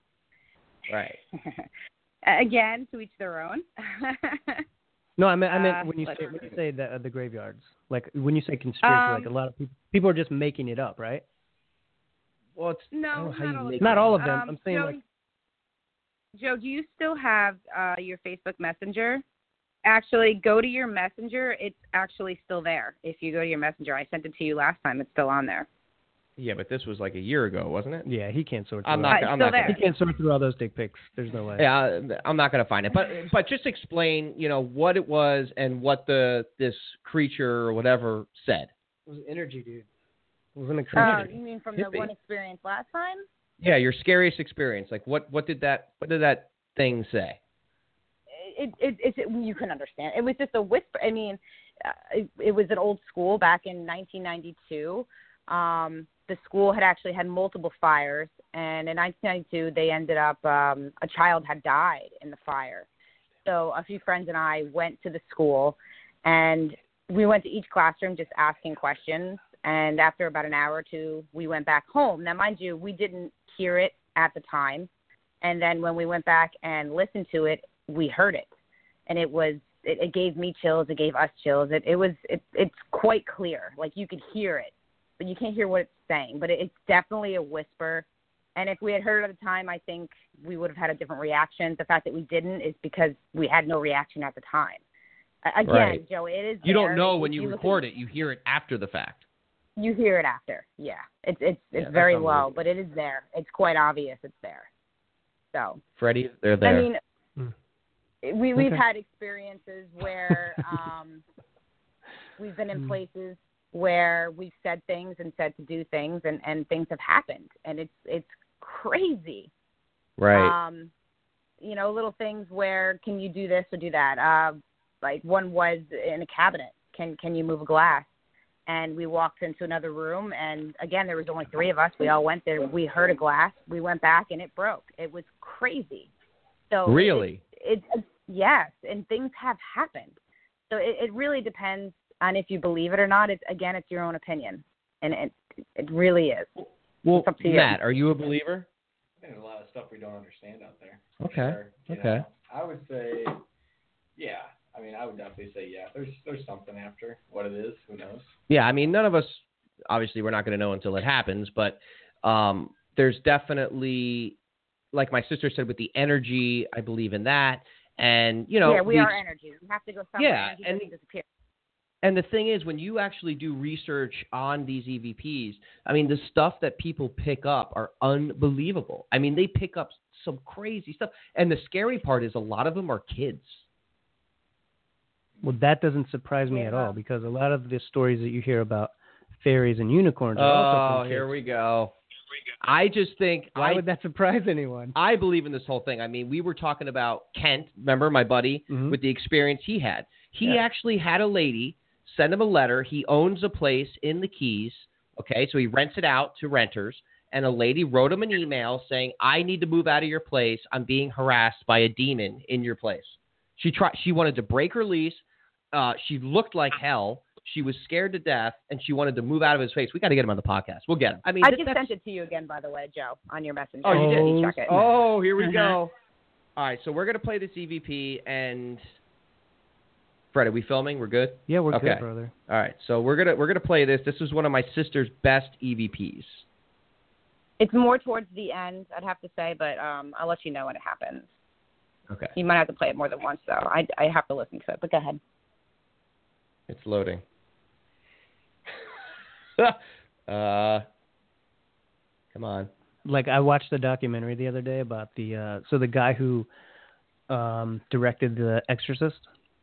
Speaker 6: [laughs]
Speaker 3: right.
Speaker 6: Again, to each their own. [laughs]
Speaker 5: No, I meant, I meant
Speaker 6: Uh,
Speaker 5: when you
Speaker 6: let's-
Speaker 5: say, when you say the, uh, the graveyards, like when you say conspiracy, like a
Speaker 6: Um,
Speaker 5: lot of people people are just making it up, right?
Speaker 3: Well, it's
Speaker 6: no,
Speaker 5: Oh,
Speaker 3: how you
Speaker 6: not all
Speaker 3: make
Speaker 6: of
Speaker 3: it.
Speaker 6: them.
Speaker 5: Not all of them.
Speaker 6: Um,
Speaker 5: I'm saying
Speaker 6: Joe,
Speaker 5: like
Speaker 6: Joe, do you still have uh, your Facebook Messenger? Actually, go to your Messenger. It's actually still there. If you go to your Messenger, I sent it to you last time. It's still on there.
Speaker 3: yeah, but this was like a year ago, wasn't it?
Speaker 5: yeah, he can't sort.
Speaker 3: I'm
Speaker 5: through
Speaker 3: not.
Speaker 6: Right,
Speaker 3: I'm
Speaker 6: still
Speaker 3: not gonna-
Speaker 5: all- He can't sort through all those dick pics. There's no way.
Speaker 3: Yeah, I- I'm not going to find it. But but just explain, you know, what it was and what the this creature or whatever said.
Speaker 5: It was energy, dude. It was an
Speaker 6: Uh,
Speaker 5: expression.
Speaker 6: you mean from
Speaker 3: Could
Speaker 6: the
Speaker 3: be.
Speaker 6: one experience last time?
Speaker 3: Yeah, your scariest experience. Like what what did that what did that thing say?
Speaker 6: it, it, it, it you can understand. It was just a whisper. I mean, uh, it, it was an old school back in 1992. Um, the school had actually had multiple fires, and in 1992 they ended up um, a child had died in the fire. So a few friends and I went to the school, and we went to each classroom just asking questions. And after about an hour or two, we went back home. Now, mind you, we didn't hear it at the time. And then when we went back and listened to it, we heard it, and it was it, it gave me chills. It gave us chills. It it was it, it's quite clear. Like you could hear it, but you can't hear what it's saying. But it, it's definitely a whisper. And if we had heard it at the time, I think we would have had a different reaction. The fact that we didn't is because we had no reaction at the time. A- Again,
Speaker 3: Right.
Speaker 6: Joe, it is.
Speaker 3: You
Speaker 6: there.
Speaker 3: don't know
Speaker 6: If
Speaker 3: when you
Speaker 6: look at-
Speaker 3: record it. You hear it after the fact.
Speaker 6: You hear it after. Yeah, it's it's
Speaker 3: Yeah,
Speaker 6: it's
Speaker 3: that's
Speaker 6: very low,
Speaker 3: unbelievable.
Speaker 6: but it is there. It's quite obvious. It's there. So.
Speaker 3: Freddie, they're
Speaker 6: I
Speaker 3: there.
Speaker 6: mean,
Speaker 5: Hmm.
Speaker 6: we we've
Speaker 5: Okay.
Speaker 6: had experiences
Speaker 3: [laughs]
Speaker 6: where um, we've been in
Speaker 5: Hmm.
Speaker 6: places where we've said things and said to do things, and and things have happened, and it's it's crazy.
Speaker 3: right.
Speaker 6: Um, you know, little things where can you do this or do that? Uh, like one was in a cabinet. Can can you move a glass? And we walked into another room, and again, there was only three of us. We all went there. We heard a glass. We went back, and it broke. It was crazy.
Speaker 3: Oh.
Speaker 6: So it-
Speaker 3: really?
Speaker 6: it yes, and things have happened. So it, it really depends on if you believe it or not. It's again, it's your own opinion, and it it really is.
Speaker 3: Well,
Speaker 6: it's up to you.
Speaker 3: Matt, are you a believer?
Speaker 4: There's a lot of stuff we don't understand out there.
Speaker 3: Okay.
Speaker 4: Sure, you
Speaker 3: okay.
Speaker 4: know. I would say, yeah. I mean, I would definitely say yeah. There's there's something after what it is. Who knows?
Speaker 3: Yeah, I mean, none of us obviously we're not going to know until it happens, but um, there's definitely, like my sister said, with the energy, I believe in that, and you know,
Speaker 6: yeah, we
Speaker 3: the
Speaker 6: are energy. We have to go somewhere.
Speaker 3: Yeah,
Speaker 6: energy
Speaker 3: and-
Speaker 6: doesn't disappear.
Speaker 3: And the thing is, when you actually do research on these EVPs, I mean, the stuff that people pick up are unbelievable. I mean, they pick up some crazy stuff. And the scary part is a lot of them are kids.
Speaker 5: Well, that doesn't surprise me at all because a lot of the stories that you hear about fairies and unicorns are also from kids.
Speaker 3: go. I just think
Speaker 5: Why
Speaker 3: Oh, I,
Speaker 5: would that surprise anyone?
Speaker 3: I believe in this whole thing. I mean, we were talking about Kent, remember my buddy,
Speaker 6: Mm-hmm.
Speaker 5: Mhm.
Speaker 3: with the experience he had. He
Speaker 5: Yeah.
Speaker 3: actually had a lady send him a letter. He owns a place in the Keys. Okay, so he rents it out to renters. And a lady wrote him an email saying, I need to move out of your place. I'm being harassed by a demon in your place. She tried, she wanted to break her lease. Uh, she looked like hell. She was scared to death and she wanted to move out of his face. We got to get him on the podcast. We'll get him. I mean,
Speaker 6: I
Speaker 3: th-
Speaker 6: just
Speaker 3: that's-
Speaker 6: sent it to you again, by the way, Joe, on your messenger.
Speaker 3: Oh, you
Speaker 6: You
Speaker 5: did?
Speaker 3: [laughs]
Speaker 6: check it.
Speaker 3: Oh, here we
Speaker 6: Mhm.
Speaker 3: go. All right, so we're gonna play this EVP and Fred, are we filming? We're good.
Speaker 5: Yeah, we're
Speaker 3: Okay.
Speaker 5: good, brother.
Speaker 3: All right, so we're gonna we're gonna play this. This is one of my sister's best E EVPs.
Speaker 6: It's more towards the end, I'd have to say, but um, I'll let you know when it happens.
Speaker 3: Okay,
Speaker 6: You might have to play it more than once, though. I I have to listen to it, but go ahead.
Speaker 3: it's loading. [laughs] uh, come on.
Speaker 5: like I watched the documentary the other day about the uh, so the guy who um, directed The Exorcist.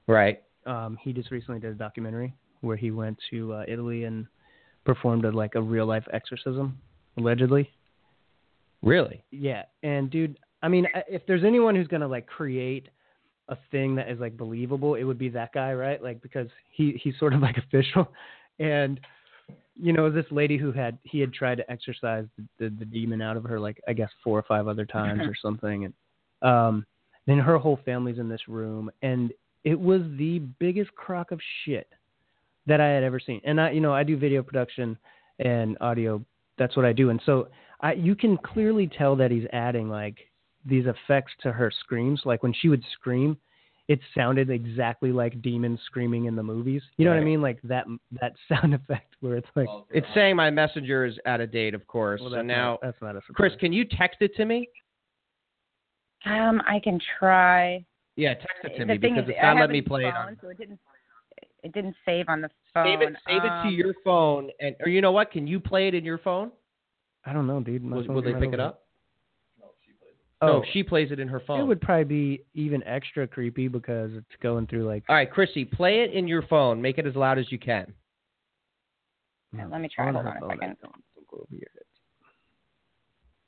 Speaker 3: Right.
Speaker 5: Um, he just recently did a documentary where he went to uh, Italy and performed a, like a real life exorcism, allegedly.
Speaker 3: Really?
Speaker 5: Yeah, and dude, I mean, I- if there's anyone who's gonna like create a thing that is like believable, it would be that guy, right? Like because he he's sort of like [laughs] official, and you know this lady who had he had tried to exorcise the, the, the demon out of her like I guess four or five other times or something, and um, then her whole family's in this room, and it was the biggest crock of shit that I had ever seen. And I, you know, I do video production and audio. That's what I do, and so I, you can clearly tell that he's adding like these effects to her screams. Like when she would scream, it sounded exactly like demons screaming in the movies. You know what I
Speaker 3: Right.
Speaker 5: mean? Like that that [laughs] sound effect where it's like,
Speaker 4: Well, uh,
Speaker 3: It's saying my messenger is out of date, of course.
Speaker 5: well,
Speaker 3: so
Speaker 5: that's
Speaker 3: now,
Speaker 5: not, that's not a surprise.
Speaker 3: Chris, can you text it to me?
Speaker 6: Um, I can try.
Speaker 3: Yeah, text it to
Speaker 6: the
Speaker 3: me
Speaker 6: thing
Speaker 3: because
Speaker 6: is,
Speaker 3: it's
Speaker 6: I
Speaker 3: not
Speaker 6: have
Speaker 3: letting me
Speaker 6: it on
Speaker 3: play
Speaker 6: the
Speaker 3: it.
Speaker 6: phone,
Speaker 3: On.
Speaker 6: So it didn't. It didn't save on the phone.
Speaker 3: Save it, save it to
Speaker 6: Um,
Speaker 3: your phone, and or you know what? Can you play it in your phone?
Speaker 5: I don't know, dude. My
Speaker 3: Will,
Speaker 5: phone
Speaker 3: will they
Speaker 5: came out
Speaker 3: pick
Speaker 5: of
Speaker 3: it
Speaker 5: my-
Speaker 3: up?
Speaker 5: Oh,
Speaker 3: No, she plays it in her phone.
Speaker 5: It would probably be even extra creepy because it's going through like
Speaker 3: All right, Chrissy, play it in your phone. Make it as loud as you can.
Speaker 6: Let me try.
Speaker 5: on
Speaker 6: Hold
Speaker 5: her
Speaker 6: on a
Speaker 5: phone.
Speaker 6: second.
Speaker 5: Don't go over your head.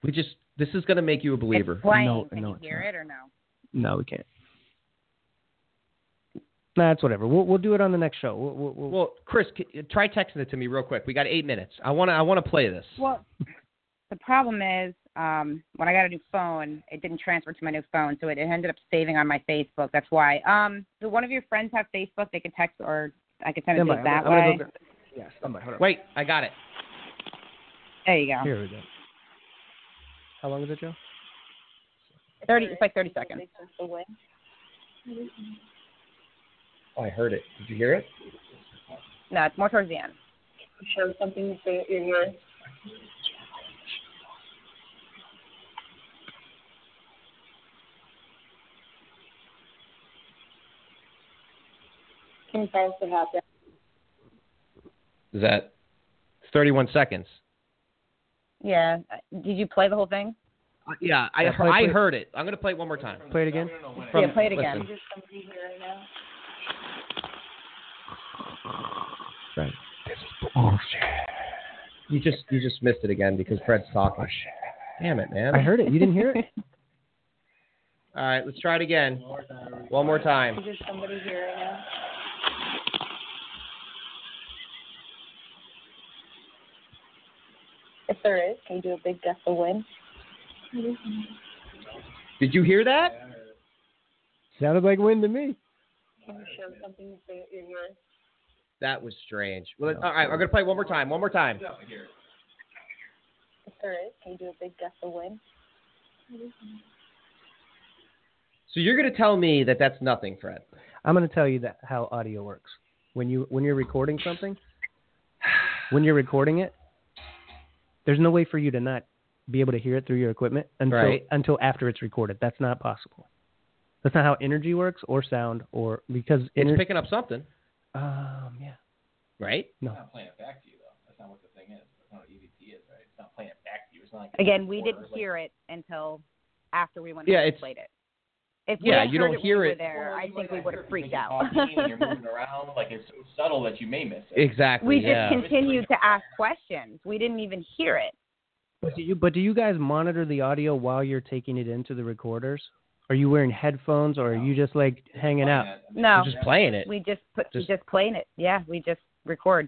Speaker 3: We just this is gonna make you a believer.
Speaker 6: It's playing.
Speaker 5: No,
Speaker 6: Can
Speaker 5: no,
Speaker 6: you
Speaker 5: it's
Speaker 6: hear
Speaker 5: not.
Speaker 6: it or no?
Speaker 5: No, we can't. Nah, it's whatever. We'll we'll do it on the next show. We'll, we'll, we'll,
Speaker 3: Well, Chris, c- try texting it to me real quick. We got eight minutes. I wanna I wanna play this.
Speaker 6: Well, the problem is um, when I got a new phone, it didn't transfer to my new phone, so it, it ended up saving on my Facebook. That's why. Um, do one of your friends have Facebook? They could text or I could send it
Speaker 5: stand
Speaker 6: to
Speaker 5: by.
Speaker 6: you that
Speaker 5: I'm gonna
Speaker 6: way.
Speaker 5: go grab- yeah, stand by. Hold on.
Speaker 3: Wait, I got it.
Speaker 6: There you go.
Speaker 5: Here we go. How long is it, Joe?
Speaker 6: Thirty. It's like thirty seconds.
Speaker 3: Oh, I heard it. Did you hear it?
Speaker 6: No, it's more towards the end.
Speaker 7: show something to your urine. Can you tell us what happened?
Speaker 3: Is that it's 31 seconds?
Speaker 6: Yeah. uh, Did you play the whole thing?
Speaker 3: Uh, yeah, I
Speaker 5: Yeah, play-
Speaker 3: I
Speaker 5: play-
Speaker 3: heard it. I'm gonna play it one more time.
Speaker 5: Play it again.
Speaker 4: I don't know when it-
Speaker 3: From-
Speaker 6: yeah, play it
Speaker 3: listen.
Speaker 6: again.
Speaker 7: There's somebody here right now.
Speaker 3: You just you just missed it again because Fred's talking. Oh, Damn it, man.
Speaker 5: I heard it. You didn't hear
Speaker 6: [laughs]
Speaker 5: it?
Speaker 3: All right, let's try it again. One more time.
Speaker 7: There's somebody here right now. If there is, can you do a big guess of when?
Speaker 3: Did you hear that?
Speaker 5: Sounded like wind to me.
Speaker 7: Can you show something to your urine?
Speaker 3: That was strange. Well, all right, I'm gonna play it one more time. One more time.
Speaker 7: If there is, can you do a big guess of when?
Speaker 3: So you're gonna tell me that that's nothing, Fred.
Speaker 5: I'm gonna tell you that how audio works. When you when you're recording something, when you're recording it, there's no way for you to not be able to hear it through your equipment until
Speaker 3: Right.
Speaker 5: until after it's recorded. That's not possible. That's not how energy works or sound or because
Speaker 3: It's
Speaker 5: ener-
Speaker 3: picking up something,
Speaker 5: um yeah.
Speaker 3: right?
Speaker 5: No.
Speaker 4: It's not playing it back to you though. That's not what the thing is. That's not what EVP is, right? It's not playing it back to you. It's not like
Speaker 6: Again, we didn't
Speaker 4: Like-
Speaker 6: hear it until after we went
Speaker 3: Yeah,
Speaker 6: ahead and
Speaker 3: it's-
Speaker 6: played it. If
Speaker 3: Yeah,
Speaker 6: we had
Speaker 3: you
Speaker 6: heard
Speaker 3: don't
Speaker 6: it, when
Speaker 3: hear
Speaker 6: we were
Speaker 3: it.
Speaker 6: there,
Speaker 4: Well, you
Speaker 6: I think
Speaker 4: might
Speaker 6: we
Speaker 4: not
Speaker 6: would
Speaker 4: hear
Speaker 6: have
Speaker 4: it
Speaker 6: freaked
Speaker 4: because
Speaker 6: out.
Speaker 4: You're
Speaker 6: [laughs]
Speaker 4: talking and you're moving around. Like it's so subtle that you may miss it.
Speaker 3: Exactly.
Speaker 6: we
Speaker 3: yeah.
Speaker 6: just continued to ask questions. We didn't even hear it.
Speaker 5: But do you but do you guys monitor the audio while you're taking it into the recorders? Are you wearing headphones or are you just like hanging out?
Speaker 6: No,
Speaker 3: I'm just playing it.
Speaker 6: we just put
Speaker 3: just-
Speaker 6: we just playing it. Yeah, we just record,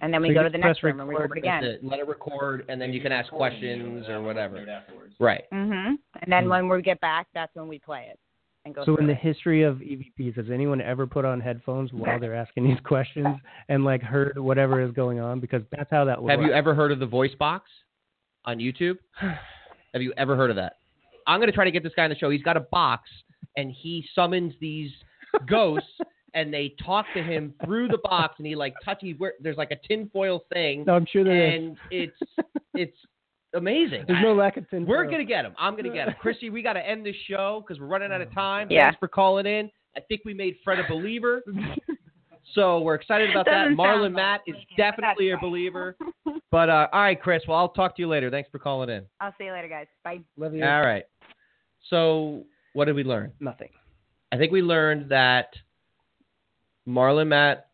Speaker 6: and then we
Speaker 5: So
Speaker 6: go
Speaker 5: you
Speaker 6: to the
Speaker 5: press
Speaker 6: next room and
Speaker 5: record
Speaker 6: record
Speaker 3: That's
Speaker 6: again.
Speaker 3: it. Let it record, and then you can ask questions or whatever.
Speaker 4: Afterwards.
Speaker 3: Right.
Speaker 6: Mhm. And then
Speaker 5: Hmm.
Speaker 6: when we get back, that's when we play it and go
Speaker 5: So in
Speaker 6: through
Speaker 5: the
Speaker 6: it.
Speaker 5: history of EVPs, has anyone ever put on headphones while they're asking these [laughs] questions and like heard whatever is going on? Because that's how that works.
Speaker 3: Have you ever heard of the voice box on [sighs] YouTube? Have you ever heard of that? I'm going to try to get this guy on the show. He's got a box and he summons these ghosts and they talk to him through the box and he like touches where there's like a tinfoil thing
Speaker 5: No, I'm sure there is.
Speaker 3: and it's it's amazing.
Speaker 5: There's no
Speaker 3: I-
Speaker 5: lack of tin.
Speaker 3: we're
Speaker 5: foil.
Speaker 3: going to get him. I'm going to get him. Chrissy, we got to end this show because we're running out of
Speaker 5: Oh,
Speaker 3: time.
Speaker 6: Yeah.
Speaker 3: Thanks for calling in. I think we made Fred
Speaker 5: [laughs]
Speaker 3: a believer. so we're excited about that.
Speaker 6: Doesn't sound
Speaker 3: Marlon
Speaker 6: like
Speaker 3: Matt is
Speaker 6: it, but that's
Speaker 3: definitely a
Speaker 6: fine.
Speaker 3: believer. But uh, all right, Chris. Well, I'll talk to you later. Thanks for calling in.
Speaker 6: I'll see you later, guys. Bye.
Speaker 5: Love you.
Speaker 3: All right. So what did we learn?
Speaker 5: Nothing.
Speaker 3: I think we learned that Marlon Matt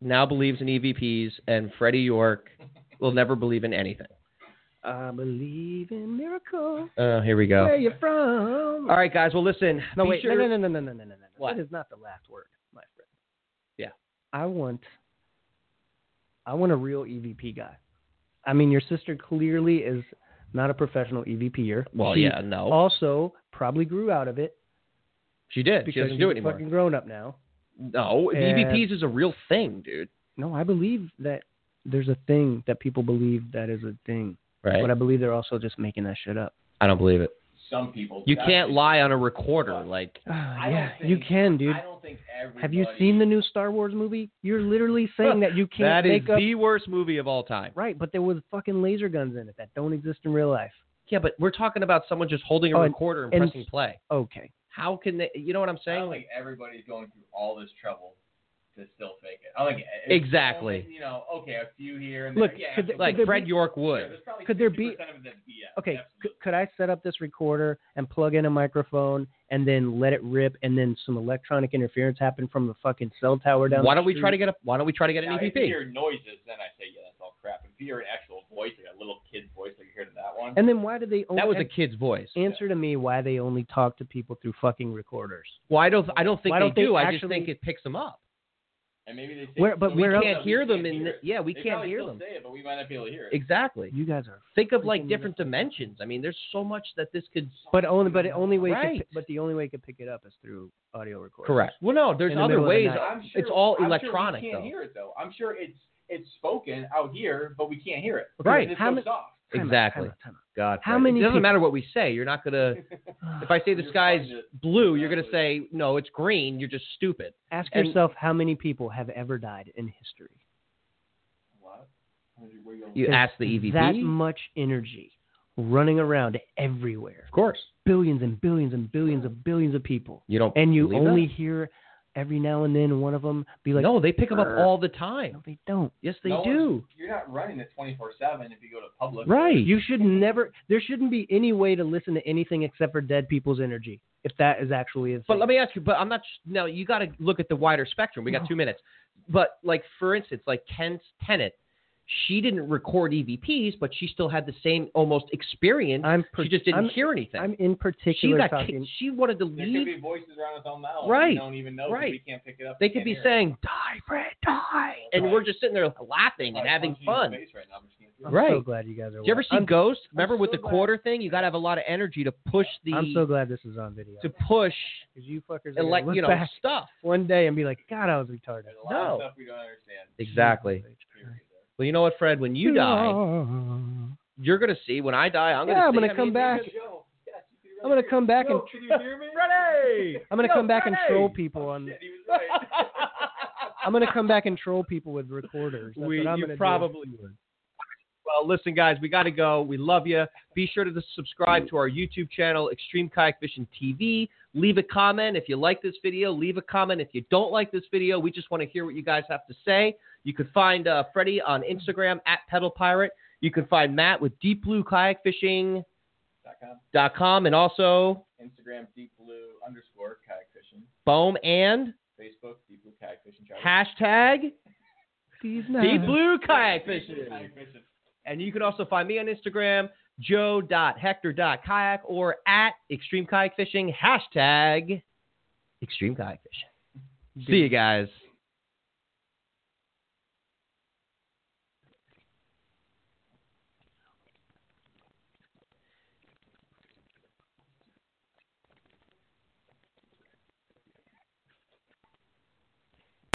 Speaker 3: now believes in EVPs, and Freddie York will never believe in anything.
Speaker 5: I believe in miracles.
Speaker 3: Oh, here we go.
Speaker 5: Where you from?
Speaker 3: All right, guys. Well, listen.
Speaker 5: No,
Speaker 3: be
Speaker 5: wait.
Speaker 3: sure-
Speaker 5: No, no, no, no, no, no, no, no.
Speaker 3: What?
Speaker 5: That is not the last word, my friend.
Speaker 3: Yeah.
Speaker 5: I want. I want a real EVP guy. I mean, your sister clearly is not a professional EVPer.
Speaker 3: Well,
Speaker 5: She
Speaker 3: yeah, no.
Speaker 5: Also, probably grew out of it
Speaker 3: she did. She
Speaker 5: because
Speaker 3: doesn't
Speaker 5: she's
Speaker 3: do it anymore.
Speaker 5: fucking grown up now.
Speaker 3: No,
Speaker 5: And-
Speaker 3: EVPs is a real thing, dude.
Speaker 5: No, I believe that there's a thing that people believe that is a thing,
Speaker 3: Right?
Speaker 5: but I believe they're also just making that shit up.
Speaker 3: I don't believe it.
Speaker 4: Some people.
Speaker 3: You
Speaker 4: that's-
Speaker 3: can't lie on a recorder. Like,
Speaker 4: [sighs]
Speaker 5: [sighs]
Speaker 4: I don't
Speaker 5: yeah,
Speaker 4: think-
Speaker 5: you can, dude.
Speaker 4: I don't think everybody.
Speaker 5: Have you seen the new Star Wars movie? You're
Speaker 3: [laughs]
Speaker 5: literally saying that you can't
Speaker 3: that is
Speaker 5: make up.
Speaker 3: the worst movie of all time.
Speaker 5: [laughs] Right, but there was fucking laser guns in it that don't exist in real life.
Speaker 3: Yeah, but we're talking about someone just holding a
Speaker 5: Oh, and-
Speaker 3: recorder and,
Speaker 5: and-
Speaker 3: pressing play.
Speaker 5: Okay.
Speaker 3: How can they? You know what I'm
Speaker 4: I
Speaker 3: saying?
Speaker 4: don't think everybody's going through all this trouble to still fake it. I don't think it's
Speaker 3: Exactly.
Speaker 4: only, you know, okay, a few here and
Speaker 5: Look,
Speaker 4: there. Yeah,
Speaker 5: could they-
Speaker 3: like
Speaker 5: there
Speaker 3: Fred
Speaker 5: be-
Speaker 3: York
Speaker 4: absolutely. Yeah,
Speaker 3: would.
Speaker 4: there's probably
Speaker 5: could there be-
Speaker 4: 60% of it that's BS,
Speaker 5: Okay, c-
Speaker 4: absolutely.
Speaker 5: could I set up this recorder and plug in a microphone and then let it rip and then some electronic interference happen from the fucking cell tower down
Speaker 3: Why
Speaker 5: the
Speaker 3: don't we try to
Speaker 5: street?
Speaker 3: get a? Why don't we try to get
Speaker 4: Now,
Speaker 3: an E
Speaker 4: If you
Speaker 3: EVP?
Speaker 4: hear noises, then I say, yeah, that's all crap. If you hear an actual voice, like a little kid's voice, like you heard in that one,
Speaker 5: And then why did they only
Speaker 3: That was a kid's voice.
Speaker 5: answer to me why they only talk to people through fucking recorders?
Speaker 3: Well, I don't. I don't think
Speaker 5: Why don't
Speaker 3: they
Speaker 5: they
Speaker 3: do. I just
Speaker 5: actually-
Speaker 3: think it picks them up.
Speaker 4: and maybe they say,
Speaker 5: Where- but
Speaker 4: so
Speaker 5: where
Speaker 4: we
Speaker 5: else-
Speaker 3: can't hear them. In
Speaker 4: and
Speaker 3: the, yeah, we
Speaker 4: they
Speaker 3: can't
Speaker 4: probably
Speaker 3: hear
Speaker 4: still
Speaker 3: them.
Speaker 4: Say it, but we might not be able to hear it.
Speaker 3: Exactly.
Speaker 5: You guys are
Speaker 3: Think of like
Speaker 5: freaking
Speaker 3: different dimensions. I mean, there's so much that this could.
Speaker 5: But only, but the only way, you
Speaker 3: Right.
Speaker 5: could, but the only way you could pick it up is through audio recording.
Speaker 3: Correct. Well, no, there's
Speaker 5: In the
Speaker 3: other
Speaker 5: middle of the
Speaker 3: ways.
Speaker 5: night.
Speaker 4: I'm sure,
Speaker 3: it's all
Speaker 4: I'm
Speaker 3: electronic,
Speaker 4: Sure we can't
Speaker 3: though.
Speaker 4: hear it though. I'm sure it's it's spoken out here, but we can't hear it.
Speaker 3: Right.
Speaker 4: It's
Speaker 5: How
Speaker 4: so
Speaker 5: ma-
Speaker 4: soft.
Speaker 3: Exactly. God.
Speaker 5: How
Speaker 3: Fred.
Speaker 5: many
Speaker 3: It doesn't
Speaker 5: people-
Speaker 3: matter what we say. You're not gonna. If I say the
Speaker 4: You're
Speaker 3: sky's
Speaker 4: fucking just-
Speaker 3: blue, you're gonna say no, it's green. You're just stupid.
Speaker 5: Ask
Speaker 3: And-
Speaker 5: yourself how many people have ever died in history.
Speaker 4: [laughs] What? Where'd you- where you going?
Speaker 3: You
Speaker 5: There's
Speaker 3: ask the E EVP.
Speaker 5: That much energy running around everywhere.
Speaker 3: of course.
Speaker 5: Billions and billions and billions of billions of people.
Speaker 3: You don't.
Speaker 5: And you
Speaker 3: believe
Speaker 5: only
Speaker 3: that?
Speaker 5: hear every now and then one of them be like,
Speaker 3: no, they pick them up
Speaker 5: "Brr."
Speaker 3: all the
Speaker 5: No,
Speaker 3: time.
Speaker 5: they don't.
Speaker 3: Yes, they
Speaker 4: No one's-
Speaker 3: do.
Speaker 4: You're not running it 24/7 if you go to public.
Speaker 3: Right.
Speaker 5: You should never, there shouldn't be any way to listen to anything except for dead people's energy, if that is actually a thing.
Speaker 3: But let me ask you. But I'm not. No, you got to look at the wider spectrum. We got
Speaker 5: No.
Speaker 3: two minutes. But like for instance, like Ken's tenant, she didn't record EVPs, but she still had the same almost experience.
Speaker 5: I'm per-
Speaker 3: she just didn't
Speaker 5: I'm,
Speaker 3: hear anything.
Speaker 5: I'm in
Speaker 3: she
Speaker 5: particular
Speaker 3: got. ki-
Speaker 5: talking.
Speaker 3: She wanted to
Speaker 4: There could
Speaker 3: leave.
Speaker 4: be voices around us all now.
Speaker 3: Right.
Speaker 4: We don't even know. 'cause
Speaker 3: Right.
Speaker 4: We can't pick it up.
Speaker 3: They
Speaker 4: We
Speaker 3: could
Speaker 4: can't
Speaker 3: be
Speaker 4: hear it.
Speaker 3: saying "Die, Fred, die," and
Speaker 4: Right.
Speaker 3: we're just sitting there laughing
Speaker 4: Like,
Speaker 3: and having
Speaker 4: punching you in the
Speaker 3: fun.
Speaker 4: face Right now, but you can't do it.
Speaker 5: I'm
Speaker 3: Right.
Speaker 5: so glad you guys are.
Speaker 3: Did you ever see
Speaker 5: I'm,
Speaker 3: Ghost? Remember with
Speaker 5: so
Speaker 3: the
Speaker 5: glad-
Speaker 3: quarter thing? You got to have a lot of energy to push the
Speaker 5: I'm so glad this is on video.
Speaker 3: to push
Speaker 5: Because you fuckers are
Speaker 3: and like
Speaker 5: gonna look
Speaker 3: you know
Speaker 5: back
Speaker 3: stuff.
Speaker 5: one day and be like, God, I was retarded.
Speaker 4: There's a lot
Speaker 3: No.
Speaker 4: of stuff we don't understand.
Speaker 3: Exactly.
Speaker 4: Period there.
Speaker 3: Well, you know what, Fred? When you die, you're gonna see. When I die, I'm gonna.
Speaker 5: Yeah, I'm
Speaker 3: see.
Speaker 5: gonna
Speaker 3: I
Speaker 5: come
Speaker 3: mean,
Speaker 5: back.
Speaker 4: Yo, Joe, yes, you can
Speaker 5: I'm gonna
Speaker 4: really
Speaker 5: come back
Speaker 4: hear-
Speaker 5: and
Speaker 4: Yo, can you
Speaker 5: [laughs]
Speaker 4: hear me?
Speaker 5: I'm gonna come back and troll people on.
Speaker 4: Shit, he
Speaker 5: [laughs]
Speaker 4: was right.
Speaker 5: I'm gonna come back and troll people with recorders. That's
Speaker 3: We-
Speaker 5: what I'm
Speaker 3: you
Speaker 5: gonna do.
Speaker 3: probably would. Well, listen, guys, we got to go. We love you. Be sure to subscribe to our YouTube channel, Extreme Kayak Fishing TV. Leave a comment if you like this video. Leave a comment if you don't like this video. We just want to hear what you guys have to say. You can find uh, Freddie on Instagram at Pedal Pirate. You can find Matt with Deep Blue Kayak Fishing
Speaker 4: Dot com,
Speaker 3: dot com and also
Speaker 4: Instagram deep blue underscore kayak fishing.
Speaker 3: Boom and
Speaker 4: Facebook deep blue kayak fishing. Travis.
Speaker 3: hashtag
Speaker 5: These
Speaker 3: Deep
Speaker 5: nights.
Speaker 3: Blue Kayak Fishing.
Speaker 4: Kayak fishing.
Speaker 3: And you can also find me on Instagram, joe.hector.kayak or at extreme kayak fishing, hashtag extreme kayak fishing. See you guys.